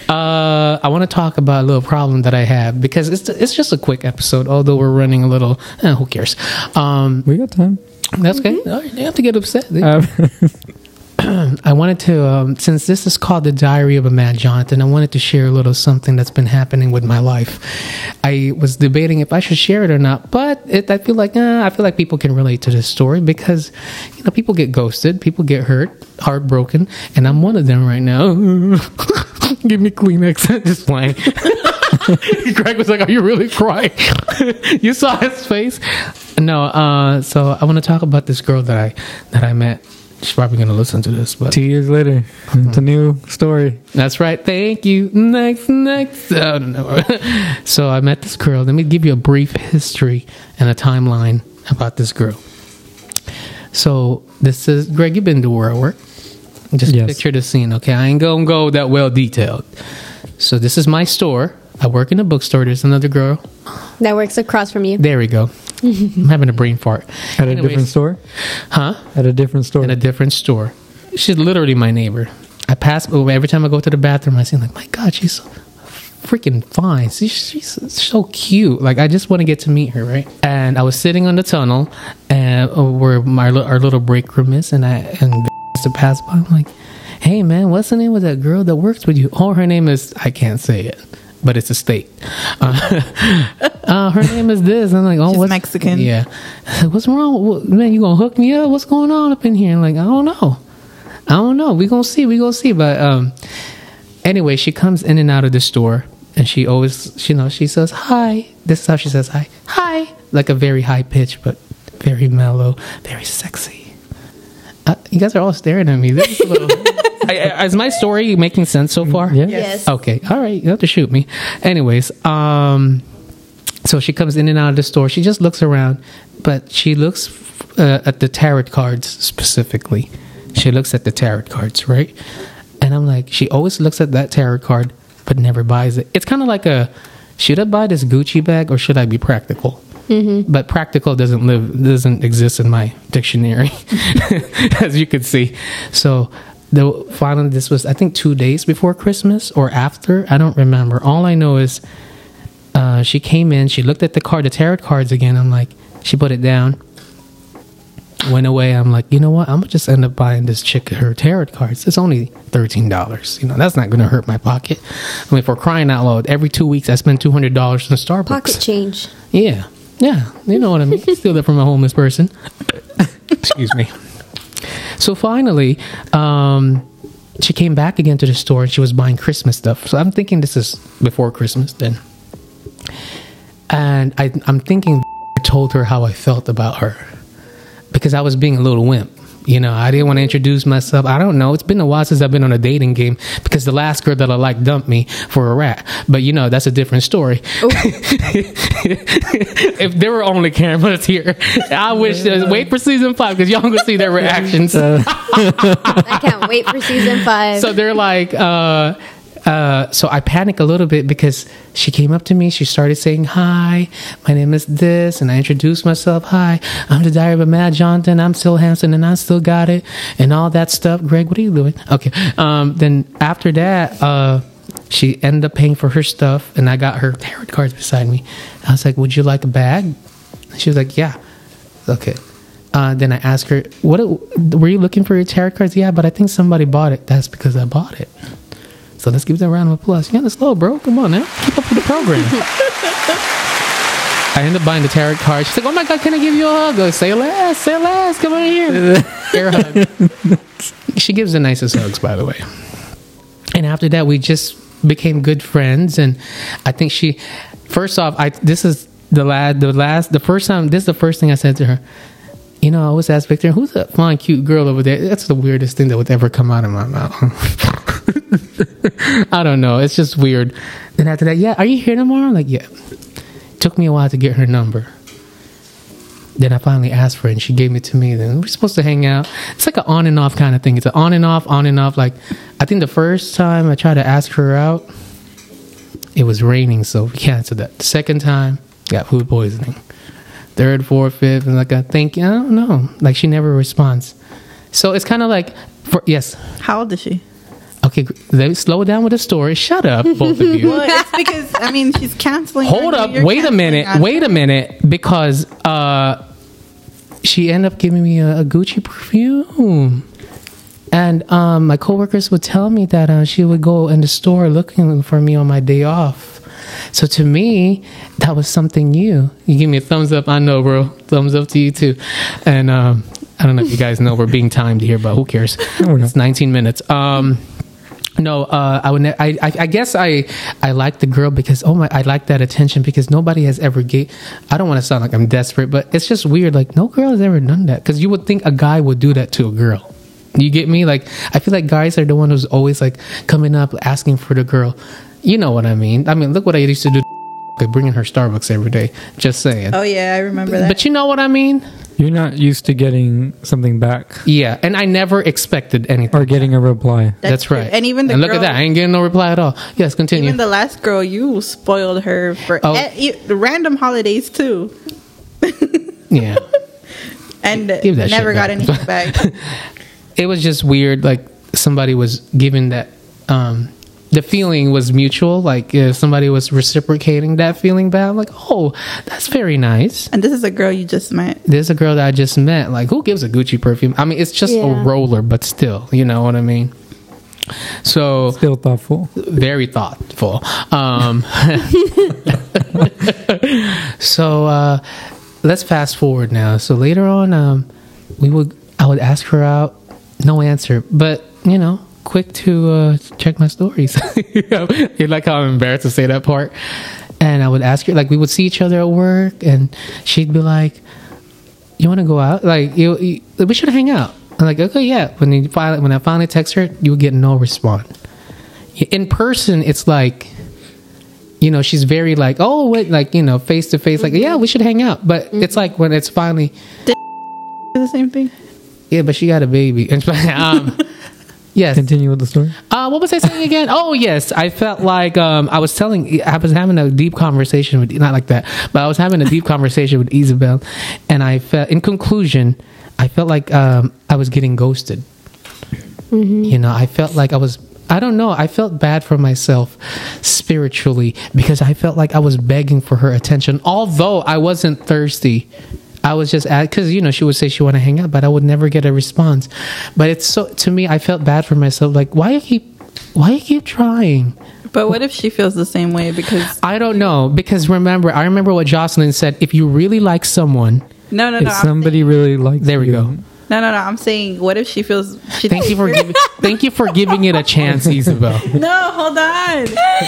[SPEAKER 4] Uh, I want to talk about a little problem that I have because it's it's just a quick episode, although we're running a little. eh, who cares? Um,
[SPEAKER 1] We got time.
[SPEAKER 4] that's okay. All right, You have to get upset.
[SPEAKER 1] Um,
[SPEAKER 4] I wanted to, um, since this is called the Diary of a Mad Jonathan, I wanted to share a little something that's been happening with my life. I was debating if I should share it or not, but it, I feel like uh, I feel like people can relate to this story because you know people get ghosted, people get hurt, heartbroken, and I'm one of them right now. Give me Kleenex. Just playing. Greg was like, "Are you really crying?" you saw his face. No. Uh, so I want to talk about this girl that I that I met. She's probably gonna listen to this, but
[SPEAKER 1] two years later, it's a new story.
[SPEAKER 4] that's right. Thank you. Next, next. I don't know. so I met this girl. Let me give you a brief history and a timeline about this girl. So this is Greg. You've been to where I work. Just
[SPEAKER 1] Yes.
[SPEAKER 4] picture the scene, okay? I ain't gonna go that well detailed. So this is my store. I work in a bookstore. There's another girl.
[SPEAKER 3] that works across from you.
[SPEAKER 4] There we go. I'm having a brain fart.
[SPEAKER 1] At a different
[SPEAKER 4] Anyways,
[SPEAKER 1] store?
[SPEAKER 4] huh?
[SPEAKER 1] At a different store.
[SPEAKER 4] in a different store. She's literally my neighbor. I pass oh, every time I go to the bathroom. I see like, my God, she's so freaking fine. She's, she's so cute. Like I just want to get to meet her, right? And I was sitting on the tunnel, and uh, where my li- our little break room is, and I and to pass by, I'm like, hey man, what's the name of that girl that works with you? Oh, her name is I can't say it. But it's a state. Uh, uh, her name is this. I'm like, oh,
[SPEAKER 5] She's
[SPEAKER 4] what's
[SPEAKER 5] Mexican.
[SPEAKER 4] Yeah, I said, what's wrong? What, man, you gonna hook me up? What's going on up in here? And like, I don't know. I don't know. We gonna see. We gonna see. But um, anyway, she comes in and out of the store, and she always, you know, she says hi. This is how she says hi. Hi, like a very high pitch, but very mellow, very sexy. Uh, you guys are all staring at me. This is, a little, I, I- is my story making sense so far?
[SPEAKER 1] Yeah.
[SPEAKER 3] Yes.
[SPEAKER 4] Okay. All right. You have to shoot me. Anyways, um, so she comes in and out of the store. She just looks around, but she looks uh, at the tarot cards specifically. She looks at the tarot cards, right? And I'm like, she always looks at that tarot card, but never buys it. It's kind of like a, should I buy this Gucci bag or should I be practical? But practical doesn't live doesn't exist in my dictionary, as you can see. So the finally, this was I think two days before Christmas or after. I don't remember. All I know is uh, she came in, she looked at the card, the tarot cards again. I'm like, she put it down, went away. I'm like, you know what? I'm gonna just end up buying this chick her tarot cards. It's only thirteen dollars. You know, that's not gonna hurt my pocket. I mean, for crying out loud, every two weeks I spend two hundred dollars in Starbucks.
[SPEAKER 3] Pocket change.
[SPEAKER 4] Yeah, yeah, you know what I mean. Steal that from a homeless person. Excuse me. So finally, um, she came back again to the store and she was buying Christmas stuff. So I'm thinking this is before Christmas then. And I, I'm thinking told her how I felt about her because I was being a little wimp. You know, I didn't want to introduce myself. I don't know. It's been a while since I've been on a dating game because the last girl that I liked dumped me for a rat. But you know, that's a different story. if there were only cameras here, I wish. wait for season five because y'all gonna see their reactions.
[SPEAKER 3] I can't wait for season five.
[SPEAKER 4] So they're like, uh, Uh, so I panic a little bit because she came up to me. She started saying, Hi, my name is this. And I introduced myself. Hi, I'm the Diary of a Mad Jonathan. I'm still handsome and I still got it. And all that stuff. Greg, what are you doing? Okay. Um, then after that, uh, she ended up paying for her stuff. And I got her tarot cards beside me. I was like, Would you like a bag? And she was like, Yeah. Okay. Uh, then I asked her, "What were you looking for your tarot cards?" Yeah, but I think somebody bought it. That's because I bought it. So let's give them a round of applause. Yeah, that's low, bro. Come on now, keep up with the program. I end up buying the tarot cards. She's like, "Oh my god, can I give you a hug?" I say last, say last. Come on here, air hug. she gives the nicest hugs, by the way. And after that, we just became good friends. And I think she, first off, I this is the lad, the last, the first time. This is the first thing I said to her you know, I always ask Victor, who's that fine, cute girl over there? That's the weirdest thing that would ever come out of my mouth. I don't know. It's just weird. Then after that, yeah, are you here tomorrow? I'm like, yeah. Took me a while to get her number. Then I finally asked for it and she gave it to me. Then we're supposed to hang out. It's like an on and off kind of thing. It's an on and off, on and off. Like, I think the first time I tried to ask her out, it was raining, so we canceled that. The second time, got food poisoning third, fourth, fifth, and like I think I don't know. Like she never responds. So it's kind of like, for, yes,
[SPEAKER 5] How old is she?
[SPEAKER 4] okay. gr- Let me slow down with the story. Shut up, both of you.
[SPEAKER 5] Well, it's because I mean she's canceling.
[SPEAKER 4] Hold
[SPEAKER 5] her,
[SPEAKER 4] up.
[SPEAKER 5] you're
[SPEAKER 4] Wait a
[SPEAKER 5] canceling
[SPEAKER 4] minute.
[SPEAKER 5] us.
[SPEAKER 4] Wait a minute, because uh, she ended up giving me a, a Gucci perfume. And um, my coworkers would tell me that uh, she would go in the store looking for me on my day off. So to me, that was something new. You give me a thumbs up. I know, bro. Thumbs up to you too. And um, I don't know if you guys know we're being timed here, but who cares? It's 19 minutes. Um, no, uh, I would. Ne- I, I I guess I I like the girl because oh my, I like that attention because nobody has ever gave. I don't want to sound like I'm desperate, but it's just weird. Like no girl has ever done that because you would think a guy would do that to a girl. You get me? Like I feel like guys are the one who's always like coming up asking for the girl. You know what I mean? I mean, look what I used to do. Like bringing her Starbucks every day. Just saying.
[SPEAKER 5] Oh yeah, I remember that.
[SPEAKER 4] but you know what I mean?
[SPEAKER 1] You're not used to getting something back
[SPEAKER 4] Yeah. And I never expected anything.
[SPEAKER 1] or getting a reply.
[SPEAKER 5] That's
[SPEAKER 4] That's,
[SPEAKER 5] true.
[SPEAKER 4] right.
[SPEAKER 5] And even the
[SPEAKER 4] and look
[SPEAKER 5] girl-
[SPEAKER 4] at that. I ain't getting no reply at all. Yes, continue.
[SPEAKER 5] Even the last girl, you spoiled her for
[SPEAKER 4] Oh.
[SPEAKER 5] eh, you- random holidays too,
[SPEAKER 4] yeah.
[SPEAKER 5] and
[SPEAKER 4] Give that
[SPEAKER 5] never
[SPEAKER 4] shit
[SPEAKER 5] got
[SPEAKER 4] back.
[SPEAKER 5] anything back.
[SPEAKER 4] it was just weird like somebody was giving that um the feeling was mutual like if somebody was reciprocating that feeling back I'm like oh that's very nice
[SPEAKER 5] and this is a girl you just met.
[SPEAKER 4] there's a girl that i just met like who gives a gucci perfume i mean it's just
[SPEAKER 3] Yeah.
[SPEAKER 4] a roller but still you know what i mean so
[SPEAKER 1] Still thoughtful.
[SPEAKER 4] very thoughtful. Um, so uh, let's fast forward now. So later on, um, we would I would ask her out, no answer, but you know, quick to uh, check my stories. you like how I'm embarrassed to say that part. And I would ask her, like we would see each other at work, and she'd be like, you want to go out? Like, you, you- we should hang out. I'm like, okay, yeah. When you finally, when I finally text her, you would get no response. In person, it's like, you know, she's very like, oh, wait, like you know, face to face, like, yeah, we should hang out. But it's like when it's finally,
[SPEAKER 5] The same thing.
[SPEAKER 4] yeah, but she got a baby. um, yes,
[SPEAKER 1] Continue with the story.
[SPEAKER 4] uh, what was I saying again? Oh yes, I felt like um, I was telling, I was having a deep conversation with, not like that, but I was having a deep conversation with Isabel, and I felt, in conclusion, I felt like um, I was getting ghosted. You know, I felt like I was. I don't know. I felt bad for myself spiritually because I felt like I was begging for her attention, although I wasn't thirsty. I was just because you know she would say she want to hang out, but I would never get a response. But it's so to me, I felt bad for myself. Like why you keep, why you keep trying?
[SPEAKER 5] But what if she feels the same way? Because
[SPEAKER 4] I don't know because remember, I remember what Jocelyn said. If you really like someone,
[SPEAKER 5] no, no, no.
[SPEAKER 1] If
[SPEAKER 5] I'm
[SPEAKER 1] somebody really likes
[SPEAKER 4] there we
[SPEAKER 1] you,
[SPEAKER 4] go.
[SPEAKER 5] saying- no, no, no. I'm saying, what if she feels? She
[SPEAKER 4] Thank you for giving, thank you for giving it a chance, Isabel.
[SPEAKER 5] No, hold on.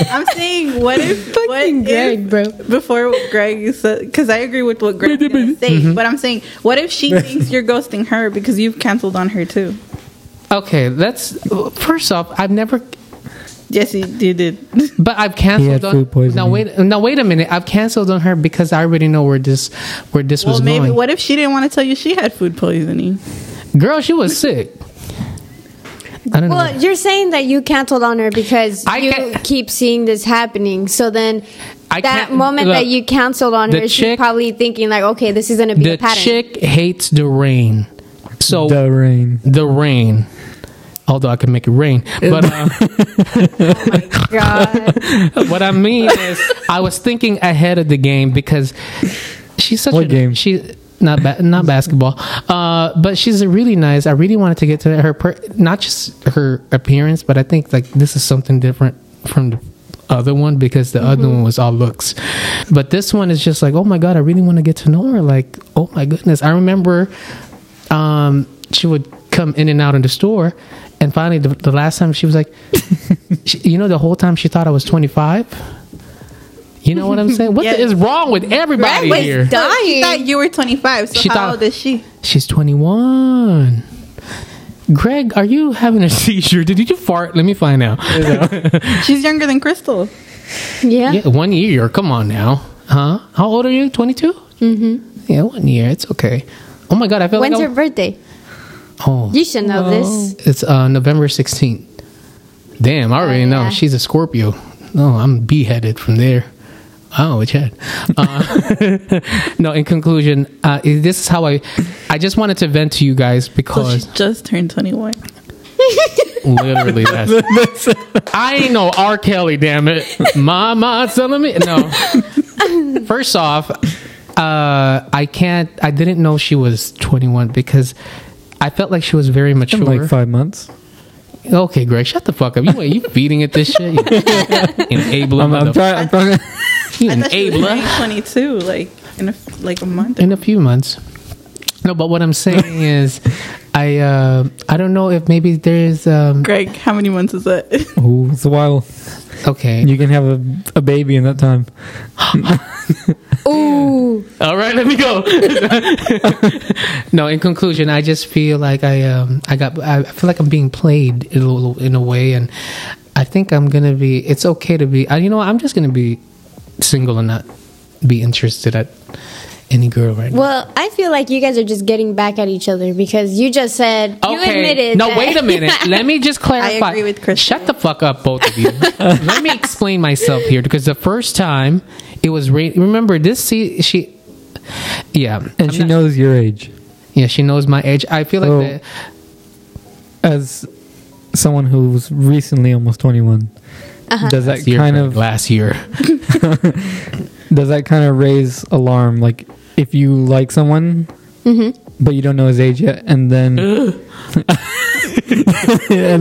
[SPEAKER 5] I'm saying, what if? what
[SPEAKER 3] Fucking
[SPEAKER 5] if-
[SPEAKER 3] Greg, bro.
[SPEAKER 5] Before Greg said, because I agree with what Greg said,
[SPEAKER 4] Mm-hmm.
[SPEAKER 5] but I'm saying, what if she thinks you're ghosting her because you've canceled on her too?
[SPEAKER 4] Okay, that's first off. I've never
[SPEAKER 5] Yes, you, you did.
[SPEAKER 4] But I've
[SPEAKER 1] He had
[SPEAKER 4] canceled
[SPEAKER 1] food
[SPEAKER 4] on.
[SPEAKER 1] poisoning.
[SPEAKER 4] Now wait, now wait a minute. I've canceled on her because I already know where this where this
[SPEAKER 5] well,
[SPEAKER 4] was
[SPEAKER 5] maybe.
[SPEAKER 4] going.
[SPEAKER 5] What if she didn't want to tell you she had food poisoning?
[SPEAKER 4] Girl, she was sick. I don't
[SPEAKER 3] Well,
[SPEAKER 4] know.
[SPEAKER 3] you're saying that you canceled on her because
[SPEAKER 4] I
[SPEAKER 3] you
[SPEAKER 4] can't-
[SPEAKER 3] keep seeing this happening. So then,
[SPEAKER 4] I
[SPEAKER 3] that
[SPEAKER 4] can't-
[SPEAKER 3] moment that
[SPEAKER 4] look,
[SPEAKER 3] you canceled on
[SPEAKER 4] the
[SPEAKER 3] her, she's
[SPEAKER 4] chick-
[SPEAKER 3] probably thinking like, okay, this is gonna be a
[SPEAKER 4] The
[SPEAKER 3] pattern.
[SPEAKER 4] chick hates the rain. So
[SPEAKER 1] The rain.
[SPEAKER 4] the rain. Although I can make it rain, but uh,
[SPEAKER 3] Oh God.
[SPEAKER 4] what I mean is, I was thinking ahead of the game because she's such
[SPEAKER 1] What
[SPEAKER 4] a
[SPEAKER 1] game?
[SPEAKER 4] She not ba- not basketball, uh, but she's a really nice. I really wanted to get to her, per- not just her appearance, but I think like this is something different from the other one because the other one was all looks, but this one is just like, oh my god, I really want to get to know her. Like, oh my goodness, I remember um, she would come in and out in the store. And finally, the, the last time she was like, she, you know, the whole time she thought I was 25. You know what I'm saying? What the-
[SPEAKER 5] Yeah.
[SPEAKER 4] is wrong with everybody
[SPEAKER 5] Right,
[SPEAKER 4] here?
[SPEAKER 5] She thought you were 25. So
[SPEAKER 4] She
[SPEAKER 5] how
[SPEAKER 4] thought-
[SPEAKER 5] old is she?
[SPEAKER 4] She's 21. Greg, are you having a seizure? Did you fart? Let me find out.
[SPEAKER 5] She's younger than Crystal.
[SPEAKER 3] Yeah.
[SPEAKER 4] Yeah, one year. Come on now. Huh? How old are you? 22? Mm-hmm. Yeah, one year. It's okay. Oh my God, I feel
[SPEAKER 3] When's
[SPEAKER 4] like
[SPEAKER 3] her
[SPEAKER 4] I'm-
[SPEAKER 3] birthday?
[SPEAKER 4] Oh.
[SPEAKER 3] You should know this.
[SPEAKER 4] It's uh, November 16th. Damn, I already know.
[SPEAKER 3] Oh, yeah.
[SPEAKER 4] She's a Scorpio. No, I'm beheaded from there. Oh, which head? Uh, no, in conclusion, uh, i- this is how I. I just wanted to vent to you guys
[SPEAKER 5] So she
[SPEAKER 4] because
[SPEAKER 5] just turned 21.
[SPEAKER 4] literally that's. I ain't no R. Kelly, damn it. Mama telling me. No. First off, uh, I can't. I didn't know she was 21 because I felt like she was very mature.
[SPEAKER 1] In like five months.
[SPEAKER 4] Okay, Greg, shut the fuck up. You you feeding at this shit? You enabler.
[SPEAKER 1] I'm, I'm
[SPEAKER 4] motherf-
[SPEAKER 1] trying. I'm trying.
[SPEAKER 4] you
[SPEAKER 5] I thought she was
[SPEAKER 4] enabler.
[SPEAKER 5] turning 22, like in a, f- like a month.
[SPEAKER 4] In a few months. No, but what I'm saying is, I uh, I don't know if maybe there's um,
[SPEAKER 5] Greg, how many months is that?
[SPEAKER 1] Ooh, it's a while.
[SPEAKER 4] okay.
[SPEAKER 1] You can have a, a baby in that time.
[SPEAKER 3] Ooh.
[SPEAKER 4] All right, let me go. no, in conclusion, I just feel like I um I got I feel like I'm being played in a, little- in a way, and I think I'm gonna be. It's okay to be. I, you know, what, I'm just gonna be single and not be interested at any girl right now.
[SPEAKER 3] Well, I feel like you guys are just getting back at each other because you just said you admitted.
[SPEAKER 4] No,
[SPEAKER 3] that-
[SPEAKER 4] wait a minute. Let me just clarify.
[SPEAKER 5] agree with Crystal.
[SPEAKER 4] Shut the fuck up, both of you. Let me explain myself here because the first time it was. Ra- remember this? See, she. Yeah, I'm
[SPEAKER 1] And she
[SPEAKER 4] not-
[SPEAKER 1] knows your age.
[SPEAKER 4] Yeah, she knows my age. I feel like
[SPEAKER 1] Oh.
[SPEAKER 4] that.
[SPEAKER 1] As someone who's recently almost 21, does that
[SPEAKER 4] year,
[SPEAKER 1] kind of
[SPEAKER 4] last year.
[SPEAKER 1] does that kind of raise alarm? Like if you like someone, but you don't know his age yet, and then and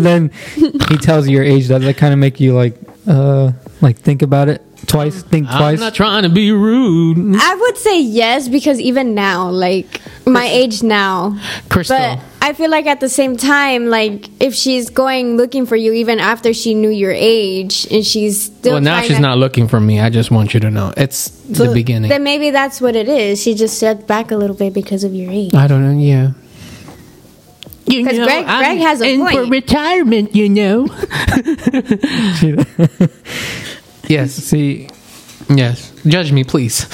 [SPEAKER 1] then he tells you your age, does that kind of make you like uh like think about it twice? Think
[SPEAKER 4] I'm
[SPEAKER 1] twice.
[SPEAKER 4] not trying to be rude,
[SPEAKER 3] I would say yes because even now, like my age now,
[SPEAKER 4] Crystal.
[SPEAKER 3] but I feel like at the same time, like if she's going looking for you even after she knew your age and she's still
[SPEAKER 4] well, now
[SPEAKER 3] trying
[SPEAKER 4] she's
[SPEAKER 3] to-
[SPEAKER 4] not looking for me. I just want you to know it's the beginning.
[SPEAKER 3] Then maybe that's what it is. She just stepped back a little bit because of your age.
[SPEAKER 4] I don't know. Yeah. You
[SPEAKER 3] 'Cause Greg- Greg has a
[SPEAKER 4] in for
[SPEAKER 3] point.
[SPEAKER 4] retirement, you know. yes,
[SPEAKER 1] See,
[SPEAKER 4] yes. Judge me, please.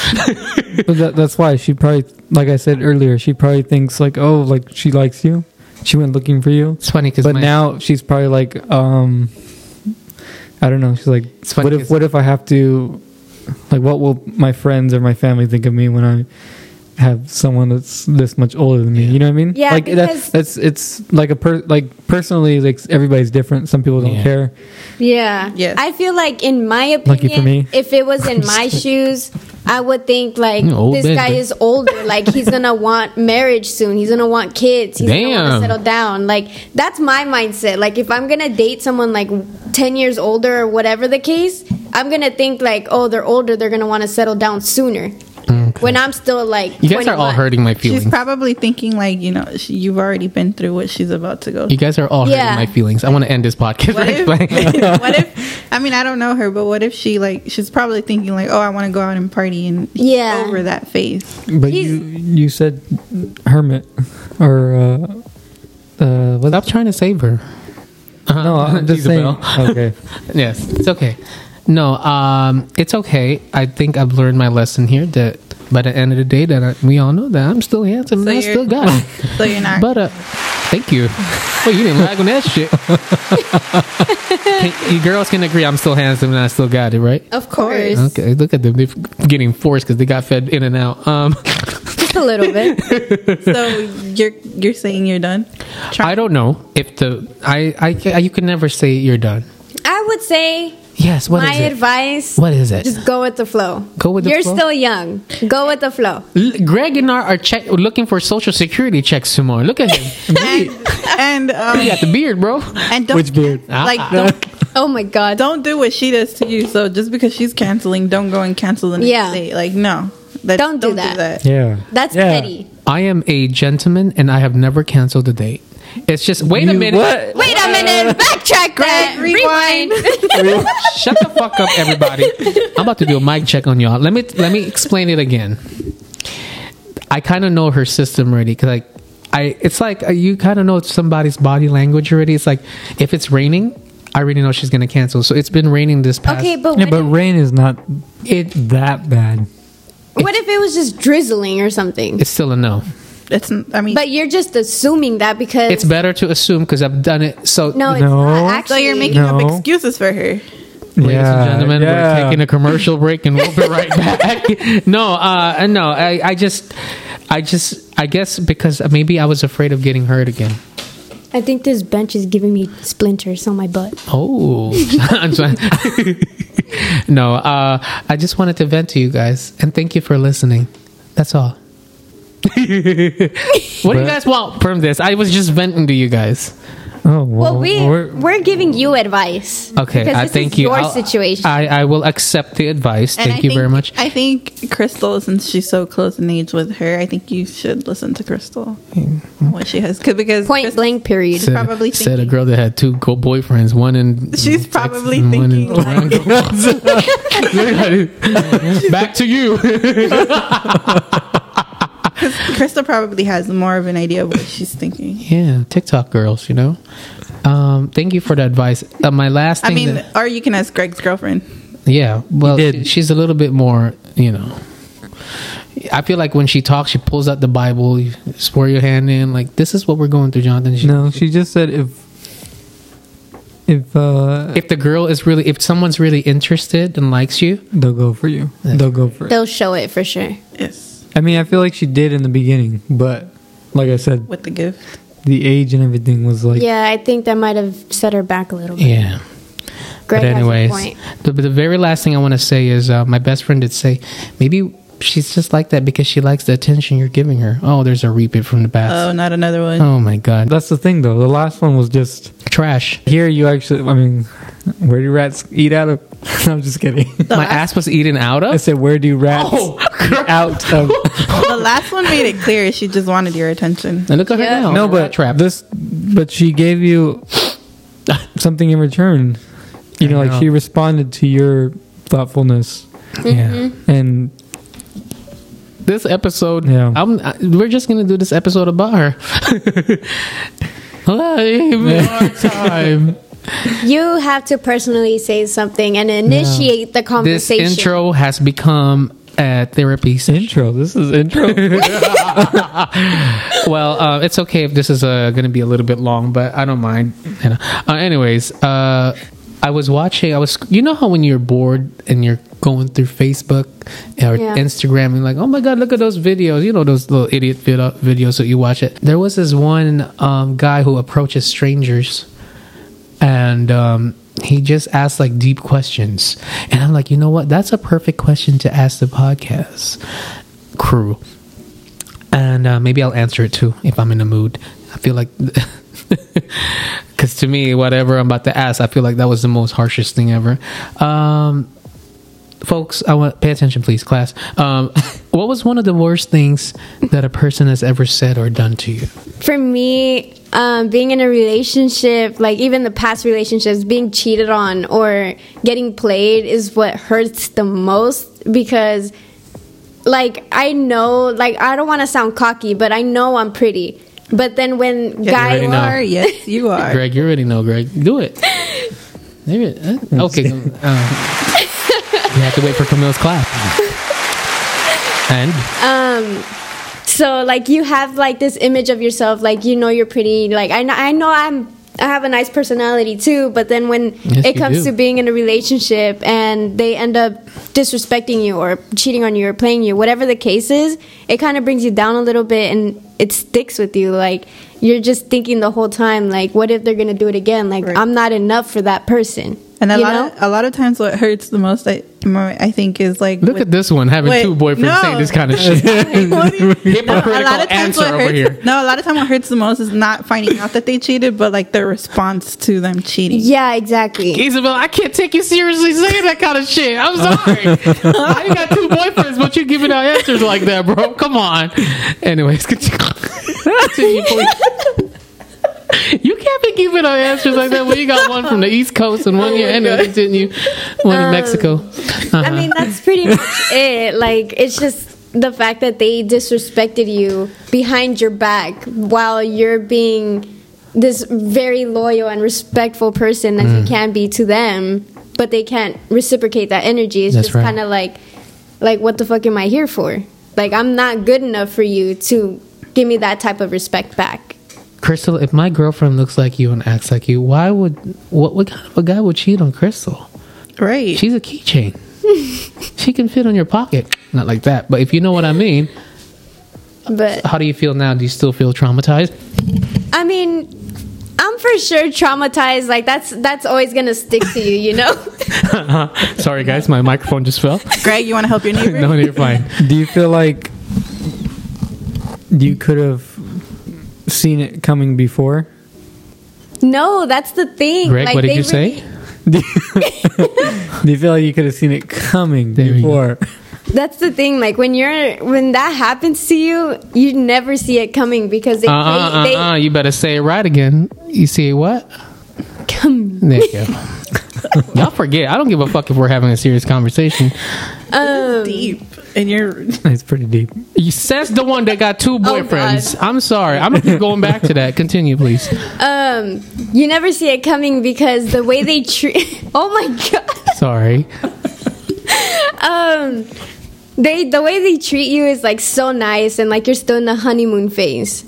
[SPEAKER 1] but that, that's why she probably, like I said earlier, she probably thinks like, oh, like she likes you. She went looking for you.
[SPEAKER 4] It's funny because
[SPEAKER 1] But now she's probably like, um, I don't know. She's like,
[SPEAKER 4] It's funny
[SPEAKER 1] what if
[SPEAKER 4] 'cause-
[SPEAKER 1] what if I have to, like, what will my friends or my family think of me when I have someone that's this much older than me? You know what I mean?
[SPEAKER 3] Yeah,
[SPEAKER 1] Like
[SPEAKER 3] because-
[SPEAKER 1] that's that's it's like a per like personally like everybody's different. Some people don't
[SPEAKER 4] Yeah.
[SPEAKER 1] care.
[SPEAKER 3] Yeah.
[SPEAKER 5] Yes.
[SPEAKER 3] I feel like in my
[SPEAKER 1] Lucky for
[SPEAKER 3] opinion,
[SPEAKER 1] me.
[SPEAKER 3] if it was in my shoes, I would think like
[SPEAKER 4] You old
[SPEAKER 3] this
[SPEAKER 4] bitch,
[SPEAKER 3] guy
[SPEAKER 4] but-
[SPEAKER 3] is older. Like he's gonna want marriage soon. He's gonna want kids. He's gonna
[SPEAKER 4] Damn.
[SPEAKER 3] want to settle down. Like that's my mindset. Like if I'm gonna date someone like ten years older or whatever the case, I'm gonna think like, oh, they're older. They're gonna want to settle down sooner. When I'm still like,
[SPEAKER 4] you guys are all
[SPEAKER 3] 21.
[SPEAKER 4] hurting my feelings.
[SPEAKER 5] She's probably thinking like, you know, she, you've already been through what she's about to go
[SPEAKER 4] you guys are all
[SPEAKER 3] Yeah.
[SPEAKER 4] hurting my feelings. I want to end this podcast.
[SPEAKER 5] what if,
[SPEAKER 4] right? Like-
[SPEAKER 5] what if I mean I don't know her, but what if she like she's probably thinking like, oh, I want to go out and party and he's
[SPEAKER 3] Yeah.
[SPEAKER 5] over that phase.
[SPEAKER 1] But
[SPEAKER 3] He's-
[SPEAKER 1] you you said hermit or uh, uh what?
[SPEAKER 4] Stop trying to save her.
[SPEAKER 1] No, I'm just saying.
[SPEAKER 4] Isabel.
[SPEAKER 1] Okay.
[SPEAKER 4] Yes, it's okay. No, um, it's okay. I think I've learned my lesson here. That by the end of the day, that I, we all know that I'm still handsome. and
[SPEAKER 5] So
[SPEAKER 4] I
[SPEAKER 5] you're-
[SPEAKER 4] still got it.
[SPEAKER 5] So you're not
[SPEAKER 4] But uh, Thank you. Well, you didn't lag on that shit. Can- you girls can agree. I'm still handsome and I still got it, right?
[SPEAKER 3] Of course.
[SPEAKER 4] Okay, look at them. They're getting forced because they got fed in and out. Um,
[SPEAKER 3] Just a little bit.
[SPEAKER 5] so you're you're saying you're done?
[SPEAKER 4] I don't know if the I, I ca- you can never say you're done.
[SPEAKER 3] I would say
[SPEAKER 4] Yes. What is
[SPEAKER 3] my
[SPEAKER 4] it?
[SPEAKER 3] advice
[SPEAKER 4] What is it?
[SPEAKER 3] just go with the flow.
[SPEAKER 4] Go with the
[SPEAKER 3] You're
[SPEAKER 4] flow?
[SPEAKER 3] still young. Go with the flow.
[SPEAKER 4] L- Greg and I are check- looking for social security checks tomorrow. Look at him.
[SPEAKER 5] And um,
[SPEAKER 4] you got the beard, bro.
[SPEAKER 5] and don't
[SPEAKER 1] Which beard?
[SPEAKER 5] like
[SPEAKER 4] Ah.
[SPEAKER 5] don't
[SPEAKER 3] Oh my god.
[SPEAKER 5] don't do what she does to you. So just because she's canceling, don't go and cancel the next
[SPEAKER 3] Yeah.
[SPEAKER 5] date. Like no, That-
[SPEAKER 3] Don't do that.
[SPEAKER 1] Yeah.
[SPEAKER 3] That's
[SPEAKER 1] Yeah.
[SPEAKER 3] petty.
[SPEAKER 4] I am a gentleman and I have never canceled a date. It's just wait a
[SPEAKER 1] You
[SPEAKER 4] minute.
[SPEAKER 1] what?
[SPEAKER 3] Wait a minute. Backtrack that. Rewind.
[SPEAKER 4] Shut the fuck up, everybody. I'm about to do a mic check on y'all. Let me let me explain it again. I kind of know her system already because like I it's like uh, you kind of know somebody's body language already. It's like if it's raining, I already know she's gonna cancel. So it's been raining this past.
[SPEAKER 3] okay, but,
[SPEAKER 1] Yeah,
[SPEAKER 3] what,
[SPEAKER 1] but rain is not
[SPEAKER 4] it
[SPEAKER 1] that bad.
[SPEAKER 3] if, what if it was just drizzling or something?
[SPEAKER 4] it's still a no.
[SPEAKER 5] It's I mean,
[SPEAKER 3] But you're just assuming that because
[SPEAKER 4] It's better to assume because I've done it. So
[SPEAKER 3] no, it's
[SPEAKER 1] No.
[SPEAKER 3] not
[SPEAKER 1] So
[SPEAKER 3] actually.
[SPEAKER 5] so you're making up
[SPEAKER 1] No.
[SPEAKER 5] excuses for her.
[SPEAKER 4] Ladies
[SPEAKER 1] yeah,
[SPEAKER 4] and gentlemen,
[SPEAKER 1] yeah.
[SPEAKER 4] we're taking a commercial break and we'll be right back. no, uh, no, I, I just, I just, I guess because maybe I was afraid of getting hurt again.
[SPEAKER 3] I think this bench is giving me splinters on my butt.
[SPEAKER 4] Oh, I'm sorry. no, uh, I just wanted to vent to you guys and thank you for listening. That's all. what do you guys want from this? I was just venting to you guys.
[SPEAKER 1] Oh well,
[SPEAKER 3] Well, we
[SPEAKER 1] we're-
[SPEAKER 3] we're, giving you advice.
[SPEAKER 4] Okay,
[SPEAKER 3] because
[SPEAKER 4] I
[SPEAKER 3] this is
[SPEAKER 4] thank you.
[SPEAKER 3] Your
[SPEAKER 4] I'll-
[SPEAKER 3] situation.
[SPEAKER 4] I, I will accept the advice.
[SPEAKER 5] And
[SPEAKER 4] thank
[SPEAKER 5] I
[SPEAKER 4] you
[SPEAKER 5] think,
[SPEAKER 4] very much.
[SPEAKER 5] I think Crystal, since she's so close in age with her, I think you should listen to Crystal.
[SPEAKER 4] Mm-hmm.
[SPEAKER 5] What she has, 'cause- because
[SPEAKER 3] Point
[SPEAKER 5] Crystal-
[SPEAKER 3] blank. Period.
[SPEAKER 5] Said- probably
[SPEAKER 4] said a
[SPEAKER 5] thinking-
[SPEAKER 4] girl that had two co- boyfriends, one in Texas
[SPEAKER 5] She's probably
[SPEAKER 4] and one in
[SPEAKER 5] thinking like-
[SPEAKER 4] Durango. Back to you.
[SPEAKER 5] Crystal probably has more of an idea of what she's thinking.
[SPEAKER 4] yeah, TikTok girls, you know. Um, thank you for the advice. Uh, my last
[SPEAKER 5] I
[SPEAKER 4] thing.
[SPEAKER 5] mean,
[SPEAKER 4] that-
[SPEAKER 5] or you can ask Greg's girlfriend.
[SPEAKER 4] yeah. Well,
[SPEAKER 1] You did.
[SPEAKER 4] she's a little bit more, you know. I feel like when she talks, she pulls out the Bible, you swear your hand in, like this is what we're going through, Jonathan. She,
[SPEAKER 1] no, she just said if if uh
[SPEAKER 4] If the girl is really, if someone's really interested and likes you,
[SPEAKER 1] they'll go for you, they'll go for it.
[SPEAKER 3] They'll show it for sure.
[SPEAKER 5] Yes,
[SPEAKER 1] I mean, I feel like she did in the beginning, but like I said,
[SPEAKER 5] with the gift.
[SPEAKER 1] the age and everything was like
[SPEAKER 3] Yeah, I think that might have set her back a little bit.
[SPEAKER 4] yeah.
[SPEAKER 3] Greg
[SPEAKER 4] but
[SPEAKER 3] has a
[SPEAKER 4] anyways,
[SPEAKER 3] point.
[SPEAKER 4] The, the very last thing I want to say is uh, my best friend did say maybe she's just like that because she likes the attention you're giving her. Oh, there's a repeat from the
[SPEAKER 5] Oh,
[SPEAKER 4] past.
[SPEAKER 5] not another one.
[SPEAKER 4] oh my god,
[SPEAKER 1] That's the thing though. The last one was just
[SPEAKER 4] trash.
[SPEAKER 1] here. You actually, I mean, where do rats eat out of? I'm just kidding.
[SPEAKER 4] my ass was eaten out
[SPEAKER 1] I
[SPEAKER 4] of.
[SPEAKER 1] said, where do rats
[SPEAKER 4] Oh,
[SPEAKER 1] eat out of?
[SPEAKER 5] the last one made it clear she just wanted your attention.
[SPEAKER 4] And look at her
[SPEAKER 3] Yeah.
[SPEAKER 4] now.
[SPEAKER 1] no, but
[SPEAKER 4] trap.
[SPEAKER 1] this, but she gave you something in return. You
[SPEAKER 4] I
[SPEAKER 1] know, like
[SPEAKER 4] know.
[SPEAKER 1] she responded to your thoughtfulness,
[SPEAKER 4] yeah.
[SPEAKER 1] and
[SPEAKER 4] This episode,
[SPEAKER 1] Yeah.
[SPEAKER 4] I'm, I, we're just gonna do this episode about her. Live our time.
[SPEAKER 3] You have to personally say something and initiate the
[SPEAKER 4] This
[SPEAKER 3] conversation.
[SPEAKER 4] intro has become a therapy session.
[SPEAKER 1] intro. This is intro.
[SPEAKER 4] well, uh, it's okay if this is uh, going to be a little bit long, but I don't mind. You know. uh, anyways, uh, I was watching. I was, you know, how when you're bored and you're going through Facebook or
[SPEAKER 3] Yeah.
[SPEAKER 4] Instagram and like, oh my god, look at those videos. You know those little idiot vid- uh, videos that you watch. It. There was this one um, guy who approaches strangers and um, he just asked like deep questions. And I'm like, you know what? That's a perfect question to ask the podcast crew. And uh, maybe I'll answer it too if I'm in the mood. I feel like, because to me, whatever I'm about to ask, I feel like that was the most harshest thing ever. Um, folks, I want pay attention, please, class. Um, what was one of the worst things that a person has ever said or done to you?
[SPEAKER 3] For me, um, being in a relationship, like even the past relationships, being cheated on or getting played is what hurts the most because, like, I know, like, I don't want to sound cocky, but I know I'm pretty. But then when guy
[SPEAKER 4] already
[SPEAKER 5] you
[SPEAKER 4] know.
[SPEAKER 5] are. Yes, you are.
[SPEAKER 4] Greg, you already know, Greg. Do it. Do it. Uh, Okay. um, you have to wait for Camille's clap. And
[SPEAKER 3] So like you have like this image of yourself, like you know you're pretty. Like I know, I know I'm. I have a nice personality too, but then when
[SPEAKER 4] Yes,
[SPEAKER 3] it
[SPEAKER 4] you
[SPEAKER 3] comes
[SPEAKER 4] do.
[SPEAKER 3] to being in a relationship and they end up disrespecting you or cheating on you or playing you, whatever the case is, it kind of brings you down a little bit and it sticks with you. Like you're just thinking the whole time, like, what if they're gonna do it again? Like
[SPEAKER 5] Right.
[SPEAKER 3] I'm not enough for that person.
[SPEAKER 5] And a
[SPEAKER 3] you
[SPEAKER 5] lot
[SPEAKER 3] know?
[SPEAKER 5] of a lot of times, what hurts the most, I I think, is like
[SPEAKER 4] Look at this one having
[SPEAKER 5] Wait,
[SPEAKER 4] two boyfriends
[SPEAKER 5] no.
[SPEAKER 4] saying this kind of shit.
[SPEAKER 5] a
[SPEAKER 4] Hypocritical
[SPEAKER 5] lot of times
[SPEAKER 4] answer
[SPEAKER 5] what
[SPEAKER 4] over
[SPEAKER 5] hurts.
[SPEAKER 4] here.
[SPEAKER 5] No, a lot of time what hurts the most is not finding out that they cheated, but like their response to them cheating.
[SPEAKER 3] yeah, exactly.
[SPEAKER 4] Isabel, I can't take you seriously saying that kind of shit. I'm sorry. I got two boyfriends, but you're giving out answers like that, bro. Come on. Anyways, continue. Continue, please. you can't be giving out answers like that when you got one from the East Coast and one here, and anyway, didn't you? One in Mexico. Uh-huh.
[SPEAKER 3] I mean, that's pretty much it. Like, it's just the fact that they disrespected you behind your back while you're being this very loyal and respectful person that
[SPEAKER 4] Mm.
[SPEAKER 3] you can be to them, but they can't reciprocate that energy. It's
[SPEAKER 4] That's
[SPEAKER 3] just
[SPEAKER 4] right.
[SPEAKER 3] kind of like, like, what the fuck am I here for? Like, I'm not good enough for you to give me that type of respect back.
[SPEAKER 4] Crystal, if my girlfriend looks like you and acts like you, why would what what kind of a guy would cheat on Crystal?
[SPEAKER 5] Right.
[SPEAKER 4] She's a keychain. she can fit on your pocket. Not like that, but if you know what I mean.
[SPEAKER 3] But
[SPEAKER 4] How do you feel now? Do you still feel traumatized?
[SPEAKER 3] I mean, I'm for sure traumatized. Like, that's that's always gonna stick to you, you know.
[SPEAKER 4] Sorry, guys, my microphone just fell.
[SPEAKER 5] Greg, you want to help your neighbor?
[SPEAKER 4] no, you're fine.
[SPEAKER 1] Do you feel like you could have seen it coming before?
[SPEAKER 3] No, that's the thing.
[SPEAKER 4] Greg, what did
[SPEAKER 3] they
[SPEAKER 4] you say?
[SPEAKER 3] really-
[SPEAKER 1] Do you feel like you could have seen it coming
[SPEAKER 4] There we go.
[SPEAKER 1] before?
[SPEAKER 3] That's the thing. Like when you're when that happens to you, you never see it coming because they
[SPEAKER 4] Uh, uh,
[SPEAKER 3] play,
[SPEAKER 4] uh, uh, you better say it right again. You see what?
[SPEAKER 3] they come.
[SPEAKER 4] There you go. Y'all forget. I don't give a fuck if we're having a serious conversation.
[SPEAKER 5] Deep. And you're
[SPEAKER 1] It's pretty deep.
[SPEAKER 4] You says the one that got two
[SPEAKER 3] Oh, God.
[SPEAKER 4] boyfriends. I'm sorry. I'm gonna keep going back to that. Continue, please.
[SPEAKER 3] Um, you never see it coming because the way they treat. oh my god.
[SPEAKER 4] Sorry.
[SPEAKER 3] um they the way they treat you is like so nice and like you're still in the honeymoon phase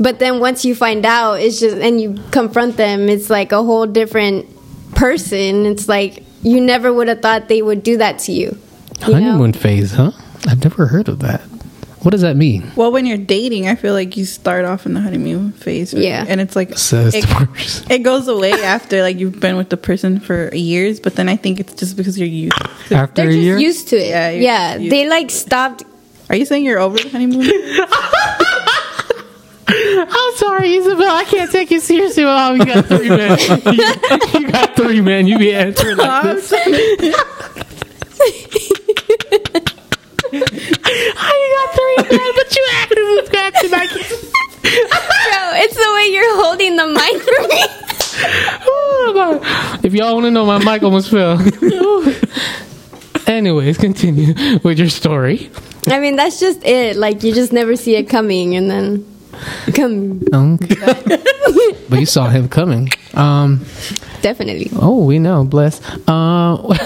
[SPEAKER 3] but then once you find out it's just and you confront them it's like a whole different person it's like you never would have thought they would do that to you, you know?
[SPEAKER 4] Honeymoon phase, huh? I've never heard of that. What does that mean?
[SPEAKER 5] well when you're dating. I feel like you start off in the honeymoon phase.
[SPEAKER 3] Yeah.
[SPEAKER 5] and it's like
[SPEAKER 4] Says
[SPEAKER 5] it,
[SPEAKER 4] the worst.
[SPEAKER 5] it goes away after like you've been with the person for years. But then I think it's just because you're used. To,
[SPEAKER 1] After
[SPEAKER 3] they're
[SPEAKER 1] a
[SPEAKER 3] just
[SPEAKER 1] year?
[SPEAKER 3] used to it
[SPEAKER 5] Yeah,
[SPEAKER 3] yeah,
[SPEAKER 5] you're used
[SPEAKER 3] they like stopped
[SPEAKER 5] are you saying you're over the honeymoon?
[SPEAKER 4] I'm sorry, Isabel. I can't take you seriously. Oh, you got three men. You, you got three men. You be answering like this. Oh, you got three men, but you acting this acting like.
[SPEAKER 3] bro it's the way you're holding the mic for me
[SPEAKER 4] Oh, my- If y'all want to know, my mic almost fell. Anyways, continue with your story.
[SPEAKER 3] i mean that's just it like you just never see it coming and then come
[SPEAKER 4] Okay. but you saw him coming. Um.
[SPEAKER 3] definitely
[SPEAKER 4] Oh, we know. Bless. Uh,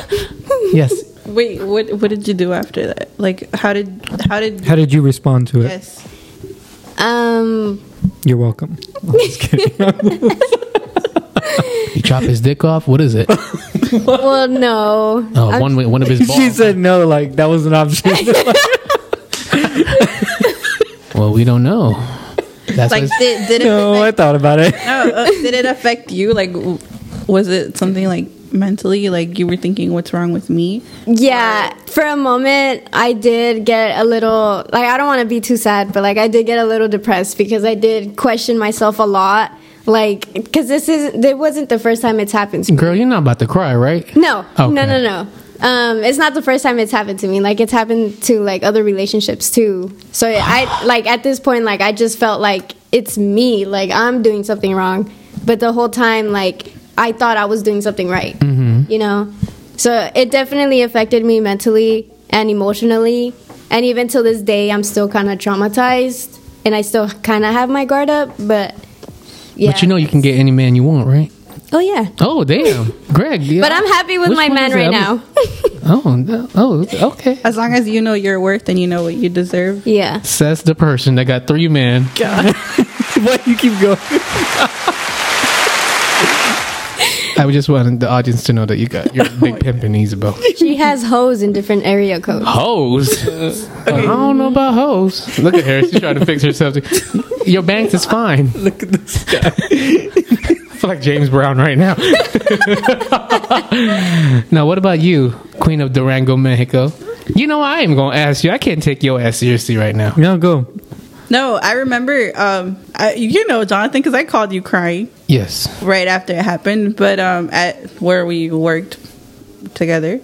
[SPEAKER 4] yes.
[SPEAKER 5] Wait, what? What did you do after that? Like, how did how did
[SPEAKER 1] How did you respond to it?
[SPEAKER 5] yes?
[SPEAKER 3] um
[SPEAKER 1] You're welcome. I'm just kidding.
[SPEAKER 4] He chopped his dick off. What is it?
[SPEAKER 3] Well, no.
[SPEAKER 4] Uh, one one of his balls.
[SPEAKER 1] she said no, like that was an option.
[SPEAKER 4] Well, we don't know. That's
[SPEAKER 5] Like,
[SPEAKER 4] what it's-
[SPEAKER 5] did did it
[SPEAKER 1] no, I
[SPEAKER 5] affect,
[SPEAKER 1] thought about it.
[SPEAKER 5] no, uh, did it affect you? Like, w- was it something like mentally? Like you were thinking, what's wrong with me?
[SPEAKER 3] Yeah, for a moment, I did get a little, like, I don't want to be too sad, but, like, I did get a little depressed because I did question myself a lot. Like, because this isn't, it wasn't the first time it's happened to me.
[SPEAKER 4] girl, you're not about to cry, right?
[SPEAKER 3] No,
[SPEAKER 4] Okay.
[SPEAKER 3] no, no, no. Um, it's not the first time it's happened to me. Like, it's happened to, like, other relationships, too. So, I, like, at this point, like, I just felt like it's me. Like, I'm doing something wrong. But the whole time, like, I thought I was doing something right.
[SPEAKER 4] Mm-hmm.
[SPEAKER 3] you know so it definitely affected me mentally and emotionally and even till this day i'm still kind of traumatized and i still kind of have my guard up but yeah
[SPEAKER 4] But you know you can get any man you want, right?
[SPEAKER 3] Oh yeah.
[SPEAKER 4] Oh damn, Greg. yeah.
[SPEAKER 3] But I'm happy with
[SPEAKER 4] Which
[SPEAKER 3] my
[SPEAKER 4] one
[SPEAKER 3] man
[SPEAKER 4] is it?
[SPEAKER 3] right
[SPEAKER 4] I'm-
[SPEAKER 3] now.
[SPEAKER 4] Oh, no- oh, okay.
[SPEAKER 5] As long as you know your worth and you know what you deserve.
[SPEAKER 3] yeah.
[SPEAKER 4] Says the person that got three men.
[SPEAKER 1] Why you keep going?
[SPEAKER 4] I just wanted the audience to know that you got your big pimpin' knees about.
[SPEAKER 3] She has hoes in different area codes.
[SPEAKER 4] Hoes. I don't know about hoes. Look at her. She's trying to fix herself. Your banks is fine. Look at this guy. I feel like James Brown right now. now, what about you, Queen of Durango, Mexico? You know, I am going to ask you. I can't take your ass seriously right now.
[SPEAKER 1] No, go.
[SPEAKER 5] No, I remember. Um, I, you know, Jonathan, because I called you crying
[SPEAKER 4] Yes.
[SPEAKER 5] right after it happened. But um, at where we worked together,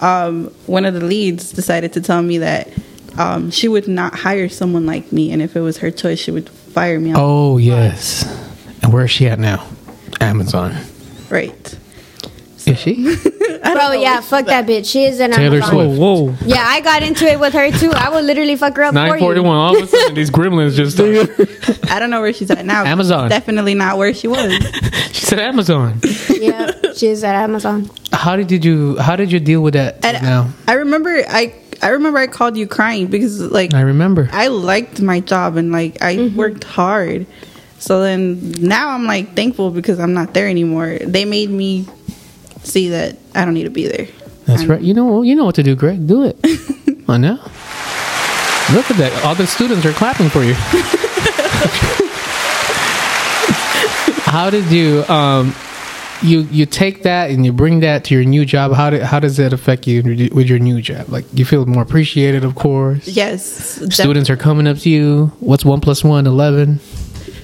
[SPEAKER 5] um, one of the leads decided to tell me that um, she would not hire someone like me, and if it was her choice, she would fire me. Oh.
[SPEAKER 4] Oh, yes. And where is she at now? Amazon.
[SPEAKER 5] Right.
[SPEAKER 4] Is she?
[SPEAKER 3] Bro, yeah, fuck that. bitch. She is an
[SPEAKER 4] Taylor
[SPEAKER 3] Amazon.
[SPEAKER 4] Swift.
[SPEAKER 1] Oh, Whoa, whoa.
[SPEAKER 3] Yeah, I got into it with her too. I would literally fuck her up for you.
[SPEAKER 4] 941. All of a sudden, these gremlins just.
[SPEAKER 5] I don't know where she's at now.
[SPEAKER 4] Amazon.
[SPEAKER 5] Definitely not where she was.
[SPEAKER 4] she said Amazon.
[SPEAKER 3] Yeah, she is at Amazon.
[SPEAKER 4] How did you How did you deal with that
[SPEAKER 5] And
[SPEAKER 4] now?
[SPEAKER 5] I remember I I remember I called you crying because like
[SPEAKER 4] I remember.
[SPEAKER 5] I liked my job and like I worked hard. So then now I'm like thankful because I'm not there anymore. They made me see that I don't need to be there.
[SPEAKER 4] That's
[SPEAKER 5] I-
[SPEAKER 4] right. You know you know what to do, Greg. Do it. I know. Look at that. All the students are clapping for you. how did you um you you take that and you bring that to your new job? How did how does that affect you with your new job? Like you feel more appreciated, of course.
[SPEAKER 5] Yes. def-
[SPEAKER 4] Students are coming up to you. What's one plus one? Eleven.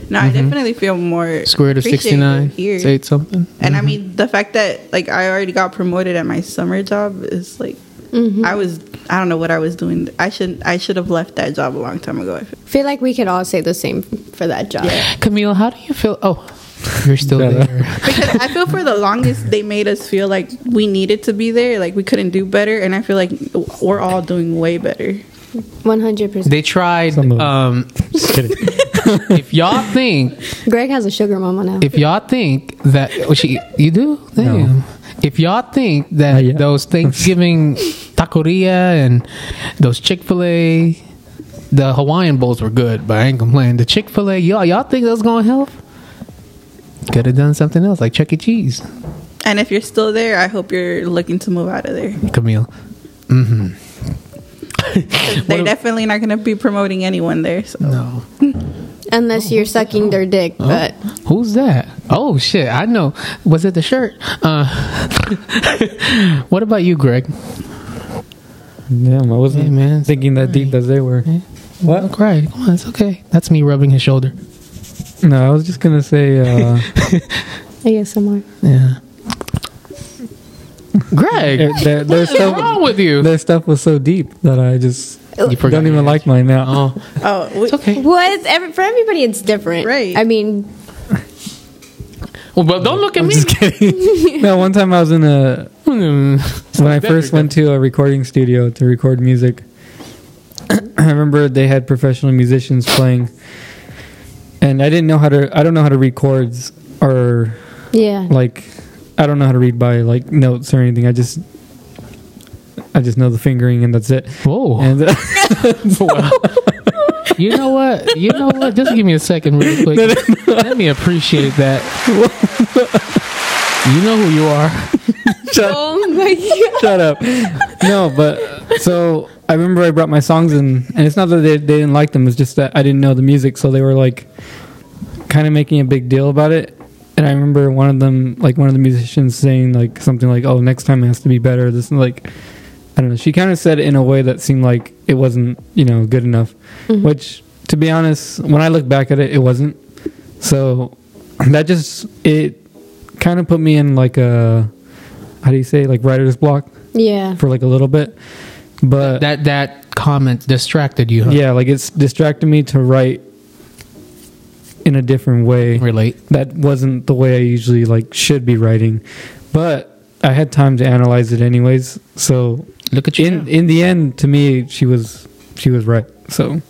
[SPEAKER 5] no, I definitely feel more
[SPEAKER 4] Square root Mm-hmm. of
[SPEAKER 5] appreciated
[SPEAKER 4] sixty nine.
[SPEAKER 5] here.
[SPEAKER 4] Say Mm-hmm. something.
[SPEAKER 5] And I mean the fact that like I already got promoted at my summer job is like I was I don't know what I was doing. I should I should have left that job a long time ago. I feel.
[SPEAKER 3] Feel like we could all say the same for that job.
[SPEAKER 4] Camille, how do you feel? Oh, you're still
[SPEAKER 1] Yeah.
[SPEAKER 4] there.
[SPEAKER 5] because I feel for the longest they made us feel like we needed to be there, like we couldn't do better, and I feel like we're all doing way better.
[SPEAKER 3] One hundred percent.
[SPEAKER 4] They tried.
[SPEAKER 1] Some of it.
[SPEAKER 4] Um,
[SPEAKER 1] Just kidding.
[SPEAKER 4] if y'all think,
[SPEAKER 3] Greg has a sugar mama now.
[SPEAKER 4] if y'all think that oh, she, you do, damn. If y'all think that
[SPEAKER 1] Not yet.
[SPEAKER 4] those Thanksgiving taqueria and those Chick Fil A, the Hawaiian bowls were good, but I ain't complaining. The Chick Fil A, y'all, y'all think that's gonna help? Could have done something else, like Chuck E. Cheese,
[SPEAKER 5] And if you're still there, I hope you're looking to move out of there.
[SPEAKER 4] Camille.
[SPEAKER 5] 'Cause They're definitely not going to be promoting anyone there. So
[SPEAKER 4] No.
[SPEAKER 3] Unless you're sucking their dick, but
[SPEAKER 4] Who's that? Oh shit, I know. Was it the shirt? Uh, what about you, Greg?
[SPEAKER 1] Damn, I wasn't
[SPEAKER 4] Hey, man.
[SPEAKER 1] thinking that deep as they were.
[SPEAKER 4] What? Don't cry. Come on, it's okay. That's me rubbing his shoulder.
[SPEAKER 1] No, I was just gonna say. Uh,
[SPEAKER 3] I guess somewhere.
[SPEAKER 4] Yeah. Greg,
[SPEAKER 1] it- their, eh, their
[SPEAKER 4] what's wrong
[SPEAKER 1] stuff,
[SPEAKER 4] with you?
[SPEAKER 1] their stuff was so deep that I just
[SPEAKER 4] You forgot
[SPEAKER 1] don't
[SPEAKER 4] your-
[SPEAKER 1] even like mine now.
[SPEAKER 4] Oh,
[SPEAKER 5] oh, we,
[SPEAKER 4] it's okay.
[SPEAKER 3] Well, it's every, for everybody, it's different.
[SPEAKER 5] Right.
[SPEAKER 3] I mean,
[SPEAKER 4] Well, but don't look at me.
[SPEAKER 1] Just kidding. no, one time I was in a
[SPEAKER 4] when
[SPEAKER 1] when I first went to a recording studio to record music, I remember they had professional musicians playing, and I didn't know how to. I don't know how to read chords or
[SPEAKER 3] yeah.
[SPEAKER 1] like. I don't know how to read by like notes or anything. I just, I just know the fingering and that's it.
[SPEAKER 4] Whoa.
[SPEAKER 1] And uh,
[SPEAKER 4] Wow. you know what? You know what? Just give me a second, real quick. Let me appreciate that. you know who you are.
[SPEAKER 3] Oh my god.
[SPEAKER 1] Shut up. No, but uh, so I remember I brought my songs in, and it's not that they, they didn't like them, it's just that I didn't know the music, so they were like kind of making a big deal about it. And I remember one of them, like one of the musicians, saying like something like, "Oh, next time it has to be better." This and like, I don't know. She kind of said it in a way that seemed like it wasn't, you know, good enough. Which, to be honest, when I look back at it, it wasn't. So that just it kind of put me in like a how do you say like writer's block
[SPEAKER 3] Yeah.
[SPEAKER 1] for like a little bit, but
[SPEAKER 4] That that comment distracted you. Huh?
[SPEAKER 1] yeah, like it's distracted me to write in a different way.
[SPEAKER 4] Relate.
[SPEAKER 1] That wasn't the way I usually like should be writing, but I had time to analyze it anyways. So
[SPEAKER 4] Look at you.
[SPEAKER 1] in in the end, to me, she was she was right. So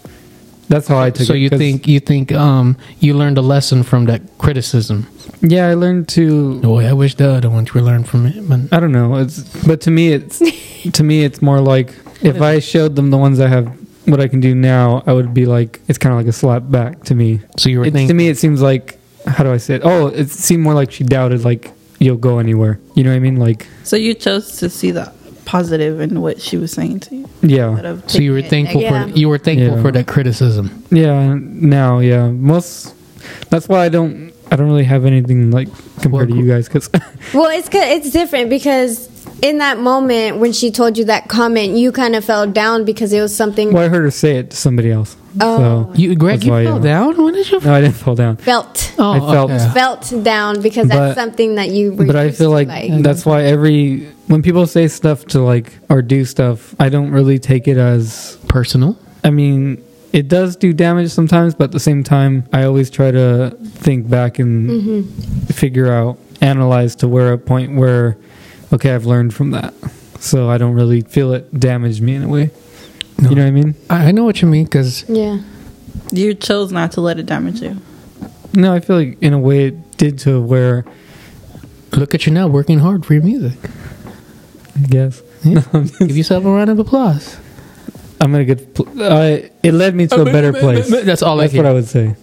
[SPEAKER 1] That's how I took
[SPEAKER 4] so
[SPEAKER 1] it.
[SPEAKER 4] you
[SPEAKER 1] 'cause-
[SPEAKER 4] think you think um you learned a lesson from that criticism?
[SPEAKER 1] Yeah, I learned to.
[SPEAKER 4] Boy, I wish the other ones were learned from it, but
[SPEAKER 1] I don't know. It's but to me, it's to me, it's more like if I showed them the ones I have, what I can do now, I would be like, it's kind of like a slap back to me.
[SPEAKER 4] so you were
[SPEAKER 1] It, to
[SPEAKER 4] thinking.
[SPEAKER 1] me, it seems like how do I say it? Oh, it seemed more like she doubted, like you'll go anywhere. You know what I mean? Like,
[SPEAKER 5] So you chose to see the positive in what she was saying to you. instead
[SPEAKER 1] yeah,
[SPEAKER 5] of
[SPEAKER 4] So you were
[SPEAKER 5] taking it
[SPEAKER 4] thankful
[SPEAKER 3] Yeah.
[SPEAKER 4] for you were thankful
[SPEAKER 1] Yeah.
[SPEAKER 4] for that criticism.
[SPEAKER 1] yeah. Now, yeah, most. That's why I don't. I don't really have anything like compared
[SPEAKER 4] Well,
[SPEAKER 1] to you guys because
[SPEAKER 3] Well, it's good. It's different because in that moment when she told you that comment, you kind of fell down because it was something
[SPEAKER 1] well, I heard her say it to somebody else.
[SPEAKER 3] Oh.
[SPEAKER 4] You, Greg,
[SPEAKER 1] That's
[SPEAKER 4] you
[SPEAKER 1] why,
[SPEAKER 4] fell
[SPEAKER 1] yeah.
[SPEAKER 4] down. When did you?
[SPEAKER 1] So no, I didn't fall down.
[SPEAKER 3] felt
[SPEAKER 4] Oh,
[SPEAKER 1] I felt-
[SPEAKER 4] okay.
[SPEAKER 3] felt down because
[SPEAKER 1] But-
[SPEAKER 3] that's something that you. Were
[SPEAKER 1] but I
[SPEAKER 3] used
[SPEAKER 1] feel
[SPEAKER 3] to,
[SPEAKER 1] like, that's why every when people say stuff to like or do stuff, I don't really take it as.
[SPEAKER 4] personal.
[SPEAKER 1] I mean, it does do damage sometimes, but at the same time, I always try to think back and figure out, analyze to where a point where, okay, I've learned from that, so I don't really feel it damaged me in a way. You know what I mean?
[SPEAKER 4] I, I know what you mean because
[SPEAKER 3] yeah.
[SPEAKER 5] You chose not to let it damage you.
[SPEAKER 1] No, I feel like in a way it did to where,
[SPEAKER 4] look at you now, working hard for your music.
[SPEAKER 1] I guess.
[SPEAKER 4] Yeah. Give yourself a round of applause.
[SPEAKER 1] I'm in a good. Pl- I, it led me to a better place.
[SPEAKER 4] That's all
[SPEAKER 1] That's
[SPEAKER 4] I
[SPEAKER 1] what I
[SPEAKER 4] hear.
[SPEAKER 1] would say.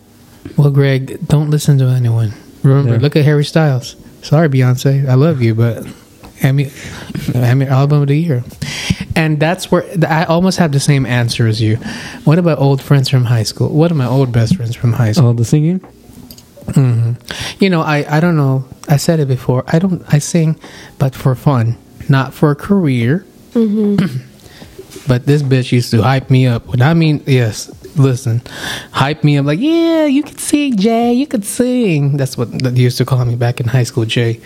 [SPEAKER 4] Well, Greg, don't listen to anyone. Remember,
[SPEAKER 1] Yeah.
[SPEAKER 4] look at Harry Styles. Sorry, Beyonce, I love you, but I'm your, I'm your album of the year. And that's where th- I almost have the same answer as you. What about old friends from high school? What are my old best friends from high school?
[SPEAKER 1] All the singing.
[SPEAKER 4] hmm You know, I, I don't know. I said it before. I don't. I sing, but for fun, not for a career. but this bitch used to hype me up. When I mean, yes, listen, hype me up like, yeah, you could sing, Jay. You could sing. That's what they used to call me back in high school, Jay.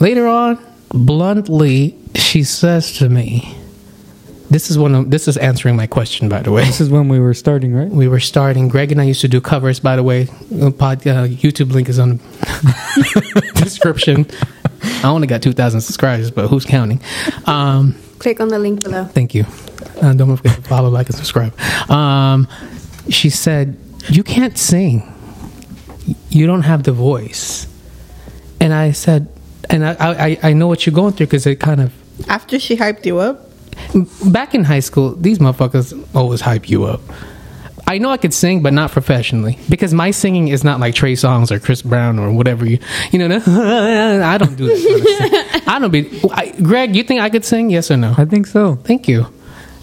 [SPEAKER 4] Later on, bluntly, she says to me, "This is one of this is answering my question, by the way."
[SPEAKER 1] This is when we were starting, right?
[SPEAKER 4] we were starting. Greg and I used to do covers, by the way. Uh, Pod, uh, YouTube link is on the description. I only got 2,000 subscribers, but who's counting? Um,
[SPEAKER 3] Click on the link below.
[SPEAKER 4] thank you. Uh, don't forget to follow, like, and subscribe. Um, she said, You can't sing. You don't have the voice. And I said, And I, I, I- I know what you're going through because it kind of
[SPEAKER 5] After she hyped you up,
[SPEAKER 4] back in high school, these motherfuckers always hype you up. I know I could sing, but not professionally because my singing is not like Trey Songz or Chris Brown or whatever you you know. the- I don't do this. Kind of sing. I don't be. I, Greg, you think I could sing? Yes or no?
[SPEAKER 1] I think so.
[SPEAKER 4] Thank you.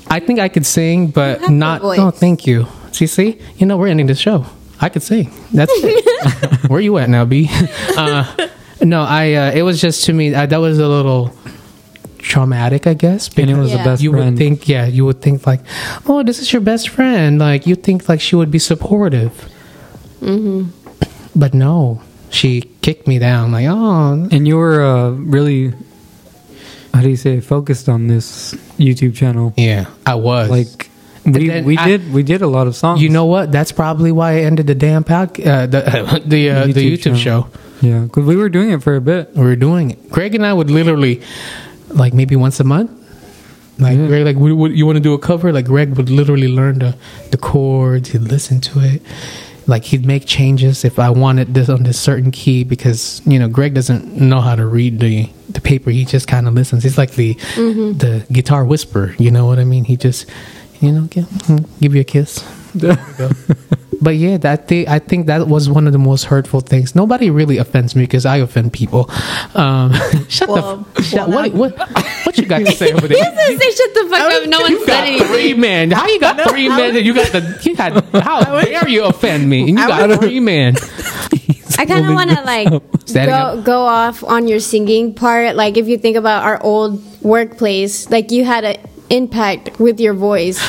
[SPEAKER 4] I think I could sing, but
[SPEAKER 3] You have the
[SPEAKER 4] not.
[SPEAKER 3] voice.
[SPEAKER 4] No, thank you. See, see, you know, we're ending the show. I could sing. That's it. Where you at now, B? Uh, no, I. Uh, it was just to me. I, that was a little traumatic, I guess.
[SPEAKER 1] And it was
[SPEAKER 3] Yeah.
[SPEAKER 1] the best
[SPEAKER 4] you would
[SPEAKER 1] friend.
[SPEAKER 4] think, yeah, you would think like, oh, this is your best friend. Like you think like she would be supportive,
[SPEAKER 3] Mm-hmm.
[SPEAKER 4] but no, she kicked me down. Like, oh,
[SPEAKER 1] and you were uh, really, how do you say, focused on this YouTube channel.
[SPEAKER 4] yeah, I was
[SPEAKER 1] Like
[SPEAKER 4] And
[SPEAKER 1] we
[SPEAKER 4] then
[SPEAKER 1] we
[SPEAKER 4] I-
[SPEAKER 1] did we did a lot of songs.
[SPEAKER 4] You know what? That's probably why I ended the damn pod, uh, the the uh, the
[SPEAKER 1] YouTube
[SPEAKER 4] YouTube show.
[SPEAKER 1] yeah, because we were doing it for a bit.
[SPEAKER 4] We were doing it. Greg and I would literally, like maybe once a month, like
[SPEAKER 1] Yeah.
[SPEAKER 4] Greg, like we, would you want to do a cover? Like Greg would literally learn the the chords. He'd listen to it. Like he'd make changes if I wanted this on this certain key because you know Greg doesn't know how to read the the paper. He just kind of listens. He's like the the guitar whisperer. You know what I mean? He just you know give, give you a kiss. But yeah, that thing, I think that was one of the most hurtful things. Nobody really offends me because I offend people. Um, shut
[SPEAKER 5] Well,
[SPEAKER 4] the f- shut,
[SPEAKER 5] well,
[SPEAKER 4] what, what what you got to say over there?
[SPEAKER 3] Say shut the fuck up. No one
[SPEAKER 4] You
[SPEAKER 3] said
[SPEAKER 4] got
[SPEAKER 3] anything.
[SPEAKER 4] three men. How you got three men? and You got the you got how dare you offend me? And you got three men.
[SPEAKER 3] I kind of want to like
[SPEAKER 4] Standing
[SPEAKER 3] go,
[SPEAKER 4] up.
[SPEAKER 3] go off on your singing part. Like if you think about our old workplace, like you had an impact with your voice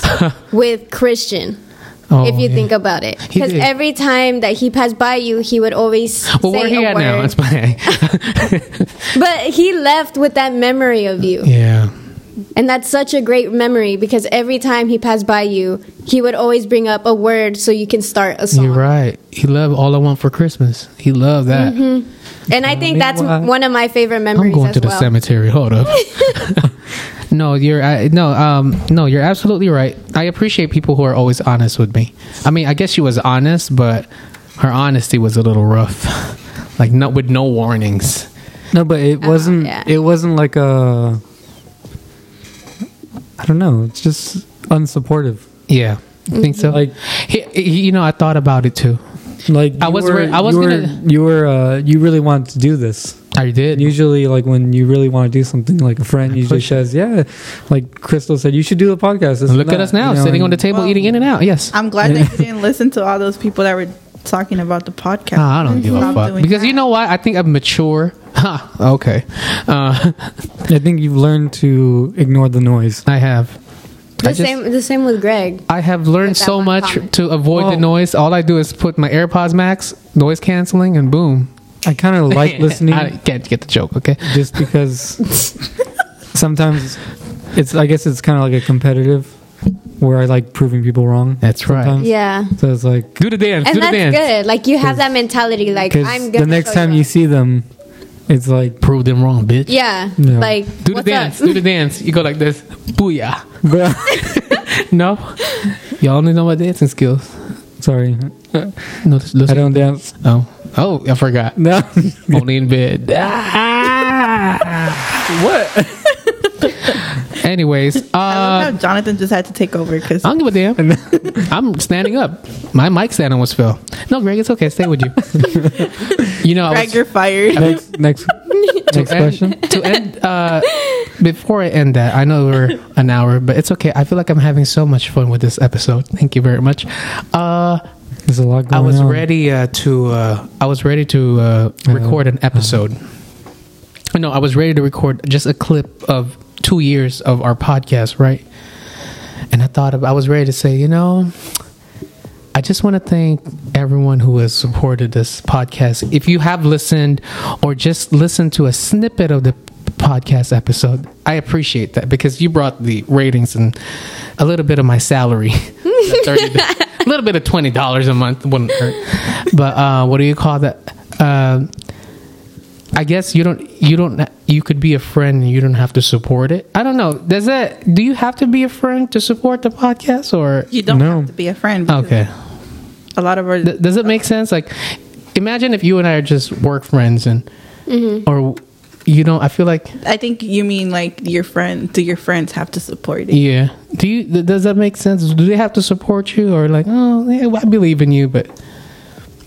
[SPEAKER 3] with Christian.
[SPEAKER 4] Oh,
[SPEAKER 3] if you
[SPEAKER 4] yeah.
[SPEAKER 3] think about it,
[SPEAKER 4] He
[SPEAKER 3] because
[SPEAKER 4] did.
[SPEAKER 3] every time that he passed by you, he would always
[SPEAKER 4] well,
[SPEAKER 3] say
[SPEAKER 4] we're here
[SPEAKER 3] a word.
[SPEAKER 4] now. It's fine.
[SPEAKER 3] But he left with that memory of you.
[SPEAKER 4] yeah.
[SPEAKER 3] And that's such a great memory because every time he passed by you, he would always bring up a word so you can start a song.
[SPEAKER 4] You're right. He loved all I want for Christmas. He loved that.
[SPEAKER 3] Mm-hmm. And I think that's
[SPEAKER 1] Meanwhile-
[SPEAKER 3] one of my favorite memories
[SPEAKER 4] I'm going
[SPEAKER 3] as
[SPEAKER 4] to the
[SPEAKER 3] well.
[SPEAKER 4] cemetery. Hold up. No, you're I, no, um, no, you're absolutely right. I appreciate people who are always honest with me. I mean, I guess she was honest, but her honesty was a little rough, like not with no warnings.
[SPEAKER 1] No, but it wasn't.
[SPEAKER 3] yeah.
[SPEAKER 1] It wasn't like a. I don't know. It's just unsupportive.
[SPEAKER 4] Yeah, you think so.
[SPEAKER 1] Like-
[SPEAKER 4] He- he- you know, I thought about it too.
[SPEAKER 1] Like
[SPEAKER 4] I
[SPEAKER 1] you
[SPEAKER 4] was
[SPEAKER 1] were-
[SPEAKER 4] re- I was
[SPEAKER 1] you were,
[SPEAKER 4] gonna-
[SPEAKER 1] You were. Uh, you really wanted to do this.
[SPEAKER 4] I did.
[SPEAKER 1] And usually, like when you really want to do something, like a friend usually
[SPEAKER 4] push
[SPEAKER 1] says, "Yeah," like Crystal said, "You should do a podcast." this and
[SPEAKER 4] Look at
[SPEAKER 1] that,"
[SPEAKER 4] us now,
[SPEAKER 1] you know,
[SPEAKER 4] sitting on
[SPEAKER 1] and-
[SPEAKER 4] the table,
[SPEAKER 5] Well-
[SPEAKER 4] eating in and out. Yes.
[SPEAKER 5] I'm glad that you didn't listen to all those people that were talking about the podcast.
[SPEAKER 4] No, I don't give a
[SPEAKER 5] Stop
[SPEAKER 4] fuck
[SPEAKER 5] doing
[SPEAKER 4] because
[SPEAKER 5] that.
[SPEAKER 4] you know what? I think I'm mature. Ha. Okay. Uh,
[SPEAKER 1] I think you've learned to ignore the noise.
[SPEAKER 4] I have.
[SPEAKER 3] The
[SPEAKER 4] I just-
[SPEAKER 3] same the same with Greg.
[SPEAKER 4] I have learned
[SPEAKER 3] With that
[SPEAKER 4] so
[SPEAKER 3] one
[SPEAKER 4] much
[SPEAKER 3] comment.
[SPEAKER 4] to avoid the
[SPEAKER 1] Oh.
[SPEAKER 4] noise. All I do is put my AirPods Max, noise canceling, and boom.
[SPEAKER 1] I kind of like listening
[SPEAKER 4] I can't get the joke. Okay.
[SPEAKER 1] just because sometimes it's. I guess it's kind of like a competitive, where I like proving people wrong.
[SPEAKER 4] That's right.
[SPEAKER 1] sometimes.
[SPEAKER 3] Yeah.
[SPEAKER 1] So it's like
[SPEAKER 4] Do the dance.
[SPEAKER 3] And
[SPEAKER 4] do the
[SPEAKER 3] that's
[SPEAKER 4] dance.
[SPEAKER 3] good. Like you have that mentality like
[SPEAKER 1] because
[SPEAKER 3] I'm good.
[SPEAKER 1] the next time you see them, it's like,
[SPEAKER 4] Prove them wrong, bitch.
[SPEAKER 3] Yeah.
[SPEAKER 1] Yeah.
[SPEAKER 3] Like
[SPEAKER 4] Do the
[SPEAKER 3] what's
[SPEAKER 4] dance.
[SPEAKER 3] up?
[SPEAKER 4] Do the dance. You go like this. Booyah.
[SPEAKER 1] bro.
[SPEAKER 4] No. Y'all only know my dancing skills.
[SPEAKER 1] Sorry,
[SPEAKER 4] No, just listen.
[SPEAKER 1] I don't dance.
[SPEAKER 4] Oh. Oh, I forgot.
[SPEAKER 1] No,
[SPEAKER 4] only in bed. Ah. what? Anyways,
[SPEAKER 5] I
[SPEAKER 4] uh,
[SPEAKER 5] love how Jonathan just had to take over because
[SPEAKER 4] I don't give a damn. I'm standing up. My mic stand was Phil. No, Greg, it's okay. Stay with you. you know, I
[SPEAKER 5] Greg,
[SPEAKER 4] was,
[SPEAKER 5] you're fired.
[SPEAKER 1] next, next, next question.
[SPEAKER 4] And, to end, uh, before I end that, I know we're an hour, but it's okay. I feel like I'm having so much fun with this episode. Thank you very much. Uh,
[SPEAKER 1] There's a lot going
[SPEAKER 4] I
[SPEAKER 1] on. Uh-huh.
[SPEAKER 4] was ready uh, to. Uh, I was ready to uh, record an episode. No, I was ready to record just a clip of two years of our podcast, right? And I thought of, I was ready to say, you know, I just want to thank everyone who has supported this podcast. If you have listened or just listened to a snippet of the podcast episode, I appreciate that because you brought the ratings and a little bit of my salary. The 30 a little bit of $20 a month wouldn't hurt. But uh, what do you call that? Uh, I guess you don't you don't you could be a friend and you don't have to support it. I don't know. Does that do you have to be a friend to support the podcast or
[SPEAKER 5] You don't
[SPEAKER 1] No.
[SPEAKER 5] have to be a friend. because
[SPEAKER 4] Okay.
[SPEAKER 5] A lot of our
[SPEAKER 4] Th- does it make sense? Like, imagine if you and I are just work friends and,
[SPEAKER 3] Mm-hmm.
[SPEAKER 4] or you know, I feel like
[SPEAKER 5] I think you mean like your friend. Do your friends have to support it?
[SPEAKER 4] yeah. Do you th- does that make sense? Do they have to support you or like oh yeah, well, I believe in you, but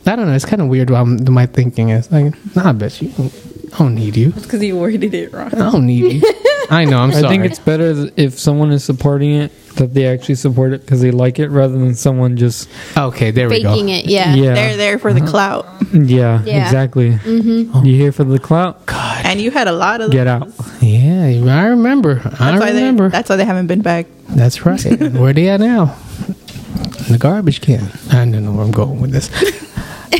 [SPEAKER 4] I don't know. It's kind of weird. What I'm, my thinking is like nah, bitch, you don't, I don't need you.
[SPEAKER 5] Because you worded it wrong.
[SPEAKER 4] I don't need you. I know. I'm
[SPEAKER 1] I
[SPEAKER 4] sorry.
[SPEAKER 1] think it's better th- if someone is supporting it that they actually support it because they like it rather than someone just
[SPEAKER 4] okay. There we go.
[SPEAKER 3] faking it. Yeah.
[SPEAKER 1] yeah
[SPEAKER 5] They're there for
[SPEAKER 4] Uh-huh.
[SPEAKER 5] the clout.
[SPEAKER 1] yeah,
[SPEAKER 3] Yeah.
[SPEAKER 1] exactly. Mm-hmm. You here for the clout?
[SPEAKER 5] And you had a lot of
[SPEAKER 1] Get
[SPEAKER 5] those.
[SPEAKER 1] out.
[SPEAKER 4] Yeah, I remember. I
[SPEAKER 5] That's why
[SPEAKER 4] remember.
[SPEAKER 5] they. That's why they haven't been back.
[SPEAKER 4] That's right. where they at now? In the garbage can. I don't know where I'm going with this.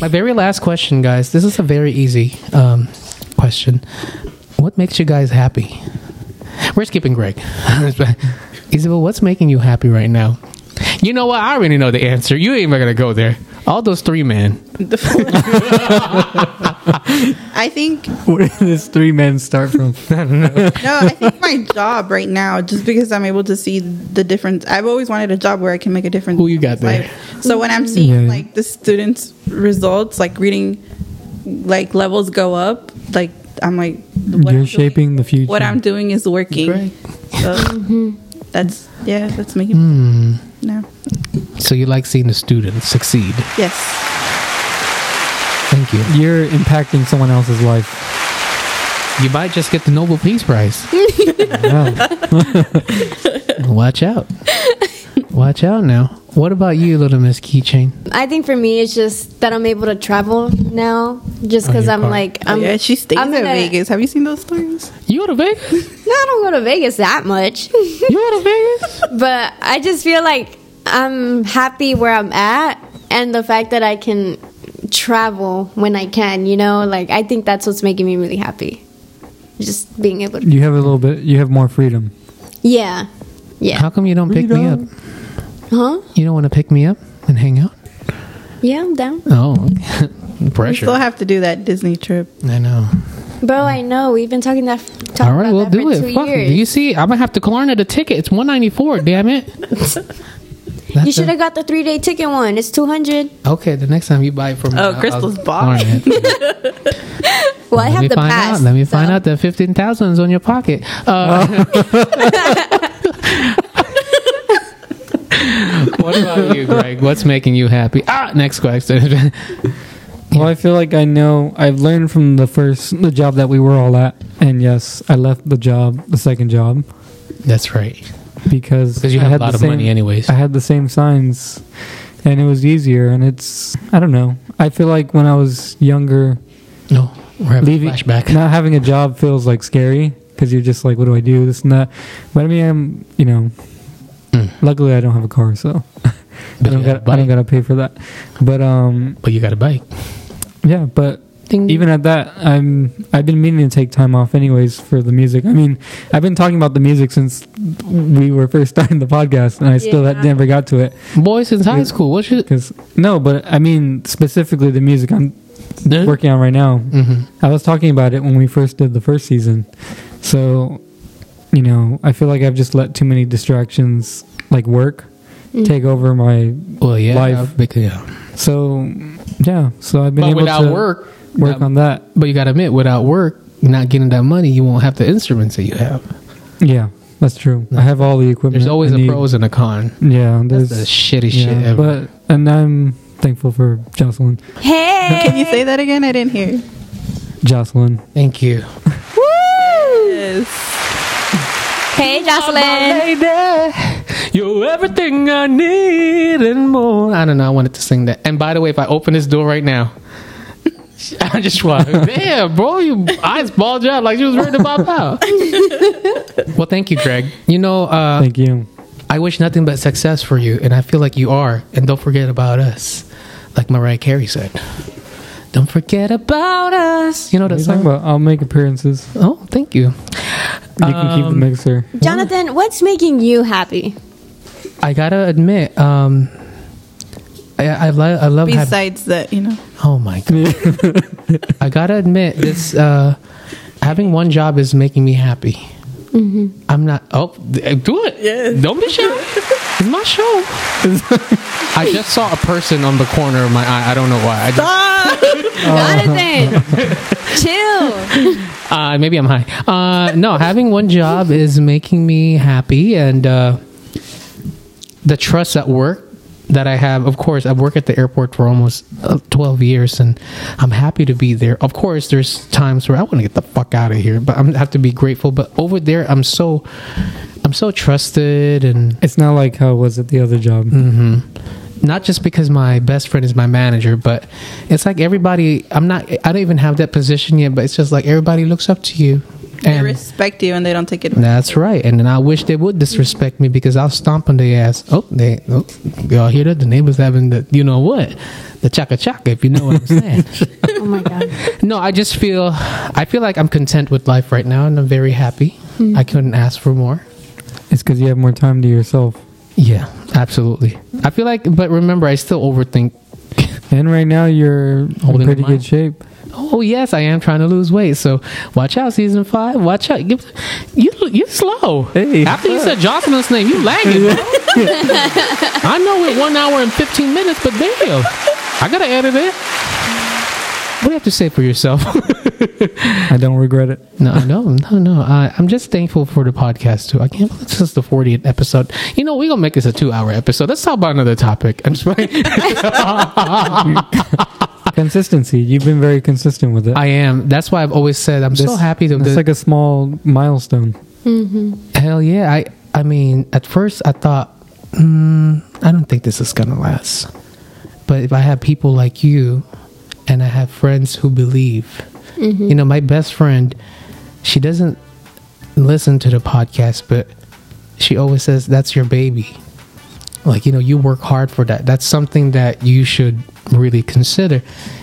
[SPEAKER 4] My very last question, guys. This is a very easy um, question. What makes you guys happy? We're skipping Greg. Isabel, what's making you happy right now? You know what? I already know the answer. You ain't even gonna go there. All those three men.
[SPEAKER 5] I think
[SPEAKER 1] Where did this three men start from?
[SPEAKER 5] no. I think my job right now, just because I'm able to see the difference. I've always wanted a job where I can make a difference.
[SPEAKER 4] Who you got
[SPEAKER 5] in
[SPEAKER 4] there?
[SPEAKER 5] life. So when I'm seeing
[SPEAKER 1] Yeah.
[SPEAKER 5] like the students' results, like reading, like levels go up, like I'm like, what
[SPEAKER 1] You're
[SPEAKER 5] I'm doing-
[SPEAKER 1] shaping the future.
[SPEAKER 5] What I'm doing is working.
[SPEAKER 4] Greg.
[SPEAKER 5] So
[SPEAKER 3] Mm-hmm.
[SPEAKER 5] that's yeah. That's making.
[SPEAKER 1] Hmm.
[SPEAKER 5] No.
[SPEAKER 4] So you like seeing the students succeed.
[SPEAKER 5] Yes.
[SPEAKER 4] Thank you.
[SPEAKER 1] You're impacting someone else's life.
[SPEAKER 4] You might just get the Nobel Peace Prize.
[SPEAKER 1] Yeah.
[SPEAKER 4] Watch out. Watch out now. What about you, little Miss Keychain?
[SPEAKER 3] I think for me, it's just that I'm able to travel now, just
[SPEAKER 4] Oh,
[SPEAKER 3] because
[SPEAKER 4] your
[SPEAKER 3] I'm
[SPEAKER 4] car.
[SPEAKER 3] like,
[SPEAKER 5] Oh,
[SPEAKER 3] I'm,
[SPEAKER 5] yeah, she stays
[SPEAKER 3] Um, I'm
[SPEAKER 5] in
[SPEAKER 3] gonna-
[SPEAKER 5] Vegas. Have you seen those stories?
[SPEAKER 4] You go to Vegas?
[SPEAKER 3] No, I don't go to Vegas that much,
[SPEAKER 4] You go to Vegas?
[SPEAKER 3] but I just feel like I'm happy where I'm at, and the fact that I can travel when I can, you know, like I think that's what's making me really happy, just being able to.
[SPEAKER 1] you have a little bit. You have more freedom.
[SPEAKER 3] Yeah, yeah,
[SPEAKER 4] How come you don't pick me up?
[SPEAKER 3] huh?
[SPEAKER 4] You don't want to pick me up and hang out?
[SPEAKER 3] Yeah, I'm down.
[SPEAKER 4] Oh,
[SPEAKER 5] We
[SPEAKER 4] pressure.
[SPEAKER 5] still have to do that Disney trip.
[SPEAKER 4] I know.
[SPEAKER 3] Bro, I know. We've been talking that. Talking
[SPEAKER 4] All right,
[SPEAKER 3] about
[SPEAKER 4] we'll
[SPEAKER 3] that
[SPEAKER 4] do
[SPEAKER 3] for
[SPEAKER 4] it.
[SPEAKER 3] Two
[SPEAKER 4] Fuck it.
[SPEAKER 3] years.
[SPEAKER 4] Do you see? I'm gonna have to Klarna the ticket. It's 194. Damn it. That's
[SPEAKER 3] You
[SPEAKER 4] a-
[SPEAKER 3] should have got the three day ticket one. It's two hundred.
[SPEAKER 4] Okay, the next time you buy it from
[SPEAKER 5] Oh, Crystal's
[SPEAKER 4] I'll-
[SPEAKER 5] box.
[SPEAKER 4] Klarna.
[SPEAKER 3] Well, I have
[SPEAKER 4] Let me
[SPEAKER 3] the
[SPEAKER 4] find
[SPEAKER 3] pass.
[SPEAKER 4] out. Let me find out that fifteen thousand is on your pocket. Uh, what about you, Greg? What's making you happy? Ah, next question.
[SPEAKER 1] Well, I feel like I know. I've learned from the first the job that we were all at, and yes, I left the job, the second job,
[SPEAKER 4] That's right.
[SPEAKER 1] because
[SPEAKER 4] Because you
[SPEAKER 1] I
[SPEAKER 4] have a
[SPEAKER 1] had
[SPEAKER 4] lot
[SPEAKER 1] the
[SPEAKER 4] of
[SPEAKER 1] same-
[SPEAKER 4] money, anyways.
[SPEAKER 1] I had the same signs, and it was easier. And it's I don't know. I feel like when I was younger,
[SPEAKER 4] No, we're having
[SPEAKER 1] leaving
[SPEAKER 4] a flashback.
[SPEAKER 1] not having a job feels like scary because you're just like, what do I do? This and that. But I mean, I'm you know.
[SPEAKER 4] Mm.
[SPEAKER 1] Luckily, I don't have a car, so I
[SPEAKER 4] But
[SPEAKER 1] don't
[SPEAKER 4] you got a
[SPEAKER 1] got I
[SPEAKER 4] bike.
[SPEAKER 1] don't got to pay for that. But um,
[SPEAKER 4] But you got a bike.
[SPEAKER 1] yeah, but even at that, I'm I've been meaning to take time off anyways for the music. I mean, I've been talking about the music since we were first starting the podcast, and I still had
[SPEAKER 3] Yeah.
[SPEAKER 1] never got to it
[SPEAKER 4] Boys since high
[SPEAKER 1] Yeah.
[SPEAKER 4] school. What should?
[SPEAKER 1] because no, but I mean specifically the music I'm
[SPEAKER 4] Uh-huh.
[SPEAKER 1] working on right now.
[SPEAKER 4] Mhm.
[SPEAKER 1] I was talking about it when we first did the first season, so you know I feel like I've just let too many distractions like work take over my
[SPEAKER 4] Well, yeah.
[SPEAKER 1] Life.
[SPEAKER 4] Because, yeah.
[SPEAKER 1] so yeah. So I've been
[SPEAKER 4] But
[SPEAKER 1] able
[SPEAKER 4] without
[SPEAKER 1] to
[SPEAKER 4] work,
[SPEAKER 1] work
[SPEAKER 4] that-
[SPEAKER 1] on that.
[SPEAKER 4] But you got to admit, without work, not getting that money, you won't have the instruments that you have.
[SPEAKER 1] Yeah, that's true. I have all the equipment.
[SPEAKER 4] There's always
[SPEAKER 1] I
[SPEAKER 4] a
[SPEAKER 1] need.
[SPEAKER 4] pros and a con.
[SPEAKER 1] Yeah,
[SPEAKER 4] That's
[SPEAKER 1] there's
[SPEAKER 4] the shitty
[SPEAKER 1] yeah,
[SPEAKER 4] shit ever.
[SPEAKER 1] But and I'm thankful for Jocelyn.
[SPEAKER 3] Hey,
[SPEAKER 5] Can you say that again? I didn't hear.
[SPEAKER 1] Jocelyn.
[SPEAKER 4] Thank you.
[SPEAKER 5] Yes.
[SPEAKER 3] hey, Jocelyn.
[SPEAKER 4] You're everything I need and more. I don't know. I wanted to sing that. And by the way, if I open this door right now, I just want, damn, bro, you eyes bulge out like you was ready to pop out. well, thank you, Greg. You know, uh,
[SPEAKER 1] Thank you.
[SPEAKER 4] I wish nothing but success for you, and I feel like you are. And don't forget about us, like Mariah Carey said. Don't forget about us. You know
[SPEAKER 1] What are
[SPEAKER 4] that
[SPEAKER 1] you talking
[SPEAKER 4] song?
[SPEAKER 1] about? I'll make appearances.
[SPEAKER 4] Oh, thank you.
[SPEAKER 1] You can
[SPEAKER 4] Um,
[SPEAKER 1] keep the mixer.
[SPEAKER 3] Jonathan, what's making you happy?
[SPEAKER 4] I gotta admit, um, I, I, li- I love having-
[SPEAKER 5] Besides that, you know.
[SPEAKER 4] Oh my god! I gotta admit, this uh, having one job is making me happy. I'm not. Oh, th- do it! Don't be shy. it's my show. I just saw a person on the corner of my eye. I don't know why. I just,
[SPEAKER 3] Jonathan, chill.
[SPEAKER 4] uh, maybe I'm high. Uh, no, having one job is making me happy, and uh, the trust at work that I have. Of course, I work at the airport for almost uh, 12 years, and I'm happy to be there. Of course, there's times where I want to get the fuck out of here, but I'm, I have to be grateful. But over there, I'm so, I'm so trusted and
[SPEAKER 1] It's not like how it was at the other job.
[SPEAKER 4] Mm. not just because my best friend is my manager, but it's like everybody. I'm not. I don't even have that position yet, but it's just like everybody looks up to you.
[SPEAKER 5] They
[SPEAKER 4] And
[SPEAKER 5] respect you and they don't take it.
[SPEAKER 4] that's right. And then I wish they would disrespect me because I'll stomp on their ass. Oh, they oh, y'all hear that? The neighbors having the you know what? The chaka chaka, if you know what I'm saying.
[SPEAKER 3] Oh my god.
[SPEAKER 4] no, I just feel I feel like I'm content with life right now and I'm very happy.
[SPEAKER 3] Hmm.
[SPEAKER 4] I couldn't ask for more.
[SPEAKER 1] It's because you have more time to yourself.
[SPEAKER 4] Yeah, absolutely. I feel like but remember I still overthink
[SPEAKER 1] And right now you're
[SPEAKER 4] Holding
[SPEAKER 1] in pretty
[SPEAKER 4] the mic.
[SPEAKER 1] good shape.
[SPEAKER 4] Oh yes, I am trying to lose weight. So watch out, season five. Watch out. You you you slow.
[SPEAKER 1] Hey.
[SPEAKER 4] After you said Jocelyn's name, you lagging. bro. I know we're one hour and fifteen minutes, but damn, I gotta edit it. What do you have to say for yourself?
[SPEAKER 1] I don't regret it.
[SPEAKER 4] No, no, no, no. I, I'm just thankful for the podcast too. I can't believe this is the 40th episode. You know, we're gonna make this a two-hour episode. Let's talk about another topic. I'm just
[SPEAKER 1] Consistency. You've been very consistent with it.
[SPEAKER 4] I am. That's why I've always said I'm so
[SPEAKER 1] This-
[SPEAKER 4] happy to.
[SPEAKER 1] It's like a small milestone.
[SPEAKER 4] Hell yeah! I I mean, at first I thought, mm, I don't think this is gonna last. But if I have people like you, and I have friends who believe, you know, my best friend, she doesn't listen to the podcast, but she always says that's your baby. Like you know, you work hard for that. That's something that you should really consider.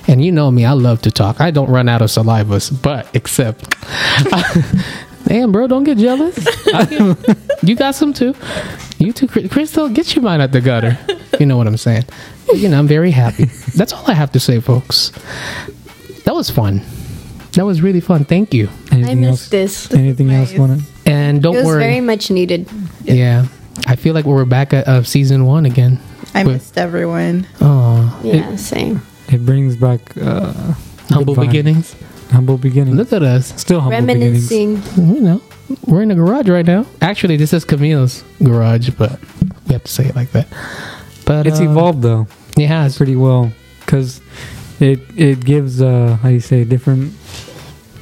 [SPEAKER 4] And you know me, I love to talk. I don't run out of saliva, but except. Damn, bro, don't get jealous. I can- you got some too. You too, Cry- Crystal. Get your mind out the gutter. You know what I'm saying. You know, I'm very happy. That's all I have to say, folks. That was fun. That was really fun. Thank you.
[SPEAKER 3] I
[SPEAKER 1] Anything
[SPEAKER 3] missed
[SPEAKER 1] else?
[SPEAKER 3] this. It
[SPEAKER 1] Anything else?
[SPEAKER 5] Nice.
[SPEAKER 1] Wanna,
[SPEAKER 4] And don't
[SPEAKER 3] was
[SPEAKER 4] worry.
[SPEAKER 3] very much needed.
[SPEAKER 4] yeah. I feel like we're back at uh, season one again.
[SPEAKER 5] I
[SPEAKER 4] Wait.
[SPEAKER 5] missed everyone.
[SPEAKER 4] Oh,
[SPEAKER 3] Yeah, same.
[SPEAKER 1] it brings back uh,
[SPEAKER 4] humble
[SPEAKER 1] Goodbye.
[SPEAKER 4] beginnings.
[SPEAKER 1] humble beginnings.
[SPEAKER 4] Look at us.
[SPEAKER 1] Still humble beginnings.
[SPEAKER 3] Reminiscing.
[SPEAKER 4] You know, we're in the garage right now. Actually, this is Camille's garage, but we have to say it like that. But
[SPEAKER 1] It's
[SPEAKER 4] uh,
[SPEAKER 1] evolved though
[SPEAKER 4] It has.
[SPEAKER 1] pretty well because it it gives uh how do you say different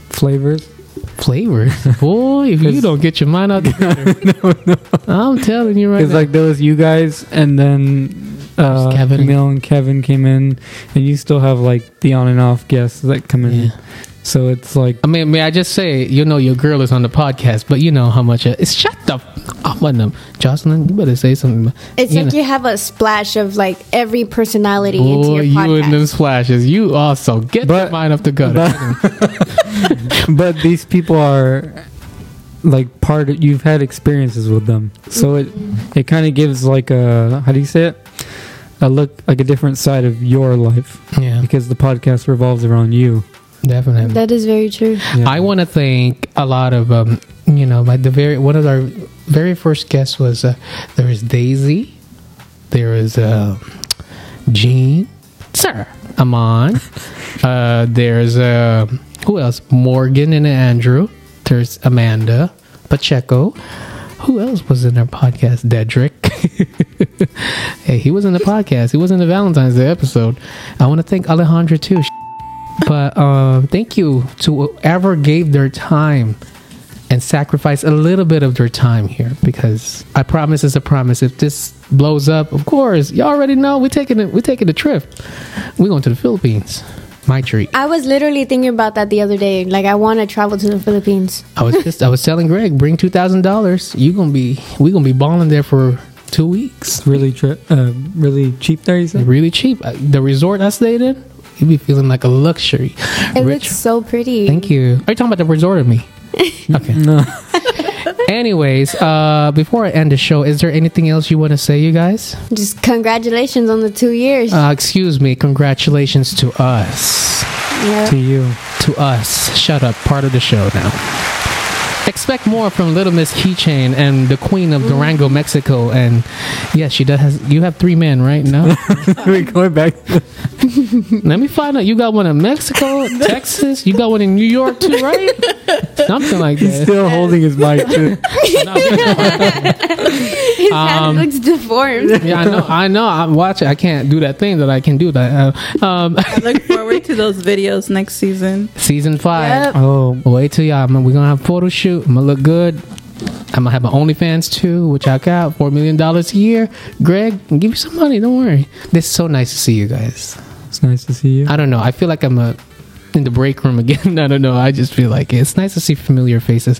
[SPEAKER 1] flavors.
[SPEAKER 4] flavors. Boy, if you
[SPEAKER 1] It's-
[SPEAKER 4] don't get your mind out, the picture. I'm telling you right
[SPEAKER 1] Because
[SPEAKER 4] now.
[SPEAKER 1] like there was you guys and then uh,
[SPEAKER 4] There's Kevin.
[SPEAKER 1] Camille and Kevin came in, and you still have like the on and off guests that come in.
[SPEAKER 4] Yeah.
[SPEAKER 1] So it's like
[SPEAKER 4] I mean, may I just say, you know, your girl is on the podcast, but you know how much it, it's shut the f- up on them, Jocelyn. You better say something.
[SPEAKER 3] It's
[SPEAKER 4] You
[SPEAKER 3] like
[SPEAKER 4] know.
[SPEAKER 3] you have a splash of like every personality into
[SPEAKER 4] Boy,
[SPEAKER 3] your
[SPEAKER 4] Oh, you
[SPEAKER 3] podcast.
[SPEAKER 4] and them splashes. You also get
[SPEAKER 1] But-
[SPEAKER 4] your mind off the gutter.
[SPEAKER 1] but, but these people are like part of you've had experiences with them so it it kind of gives like a how do you say it a look like a different side of your life
[SPEAKER 4] yeah,
[SPEAKER 1] because the podcast revolves around you
[SPEAKER 4] definitely.
[SPEAKER 3] that is very true.
[SPEAKER 1] Yeah.
[SPEAKER 4] I want to thank a lot of um, you know, like the very one of our very first guests was uh, there was Daisy, there was uh, Jean, Sir Amon, uh, there's uh, who else? Morgan and Andrew. There's Amanda Pacheco. Who else was in our podcast? Dedrick. hey, he was in the podcast. He was in the Valentine's Day episode. I want to thank Alejandra too but um, thank you to whoever gave their time and sacrificed a little bit of their time here because I promise is a promise. If this blows up, of course, you already know we're taking it. We're taking a trip. We're going to the Philippines. My treat.
[SPEAKER 3] I was literally thinking about that the other day. Like I want to travel to the Philippines.
[SPEAKER 4] I was just I was telling Greg, bring two thousand dollars. You gonna be we gonna be balling there for two weeks.
[SPEAKER 1] it's really tri- uh, really cheap there you said
[SPEAKER 4] Really cheap. Uh, The resort I stayed in, you'd be feeling like a luxury.
[SPEAKER 3] It looks so pretty.
[SPEAKER 4] Thank you. Are you talking about the resort of me? Okay.
[SPEAKER 1] no
[SPEAKER 4] Anyways, uh, before I end the show, is there anything else you want to say, you guys?
[SPEAKER 3] Just congratulations on the two years.
[SPEAKER 4] Uh, excuse me. Congratulations to us.
[SPEAKER 3] Yeah.
[SPEAKER 1] to you
[SPEAKER 4] To us. Shut up. Part of the show now. Expect more from Little Miss Keychain and the Queen of
[SPEAKER 3] Mm.
[SPEAKER 4] Durango, Mexico. And yes, she does. Has, you have three men, right? No.
[SPEAKER 1] we're going back
[SPEAKER 4] Let me find out. You got one in Mexico, Texas. You got one in New York too, right? Something like
[SPEAKER 1] he's
[SPEAKER 4] that.
[SPEAKER 1] still holding his mic too
[SPEAKER 3] His
[SPEAKER 4] um,
[SPEAKER 3] hand looks deformed.
[SPEAKER 4] Yeah, I know. I know. I'm watching. I can't do that thing that I can do. That uh, um,
[SPEAKER 5] I look forward to those videos next season.
[SPEAKER 4] season five.
[SPEAKER 3] Yep.
[SPEAKER 1] oh
[SPEAKER 4] Wait till y'all. man, We're gonna have a photo shoot. I'm gonna look good. I'm gonna have my OnlyFans too, which I got four million dollars a year. Greg, give you some money. Don't worry. This is so nice to see you guys.
[SPEAKER 1] it's nice to see you
[SPEAKER 4] I don't know. I feel like I'm a in the break room again. I don't know. I just feel like it. it's nice to see familiar faces.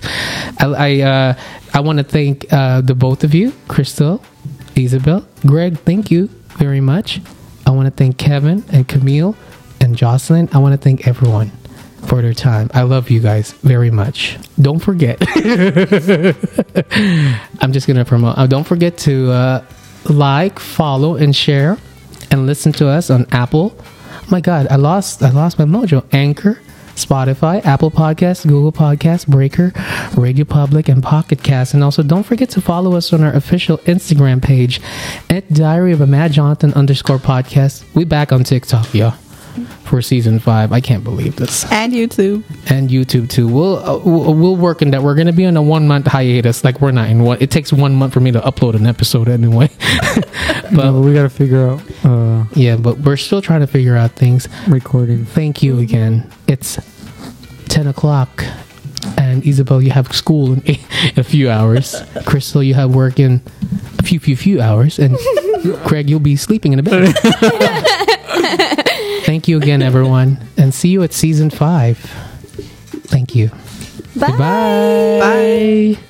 [SPEAKER 4] I I, uh, I want to thank uh, the both of you, Crystal, Isabel, Greg. Thank you very much. I want to thank Kevin and Camille and Jocelyn. I want to thank everyone for their time. I love you guys very much. Don't forget. I'm just gonna promote. Uh, don't forget to uh, like, follow, and share, and listen to us on Apple. Oh my God, I lost, I lost my mojo. Anchor, Spotify, Apple Podcasts, Google Podcasts, Breaker, Radio Public, and Pocket Cast. And also, don't forget to follow us on our official Instagram page at Diary of a Mad Jonathan underscore podcast. We back on TikTok, y'all, for season five. I can't believe this
[SPEAKER 5] And YouTube.
[SPEAKER 4] and YouTube too. We'll uh, we'll we'll work on that. We're gonna be on a one month hiatus. Like we're not in one. It takes one month for me to upload an episode anyway.
[SPEAKER 1] Uh, but
[SPEAKER 4] but
[SPEAKER 1] we gotta figure out uh
[SPEAKER 4] yeah, but we're still trying to figure out things.
[SPEAKER 1] recording
[SPEAKER 4] Thank you again. It's ten o'clock, and Isabel, you have school in a, a few hours. Crystal, you have work in a few few few hours, and Craig, you'll be sleeping in a bed. Thank you again, everyone, and see you at season five. Thank you.
[SPEAKER 3] Bye.
[SPEAKER 4] Bye.
[SPEAKER 5] Bye.
[SPEAKER 4] Bye.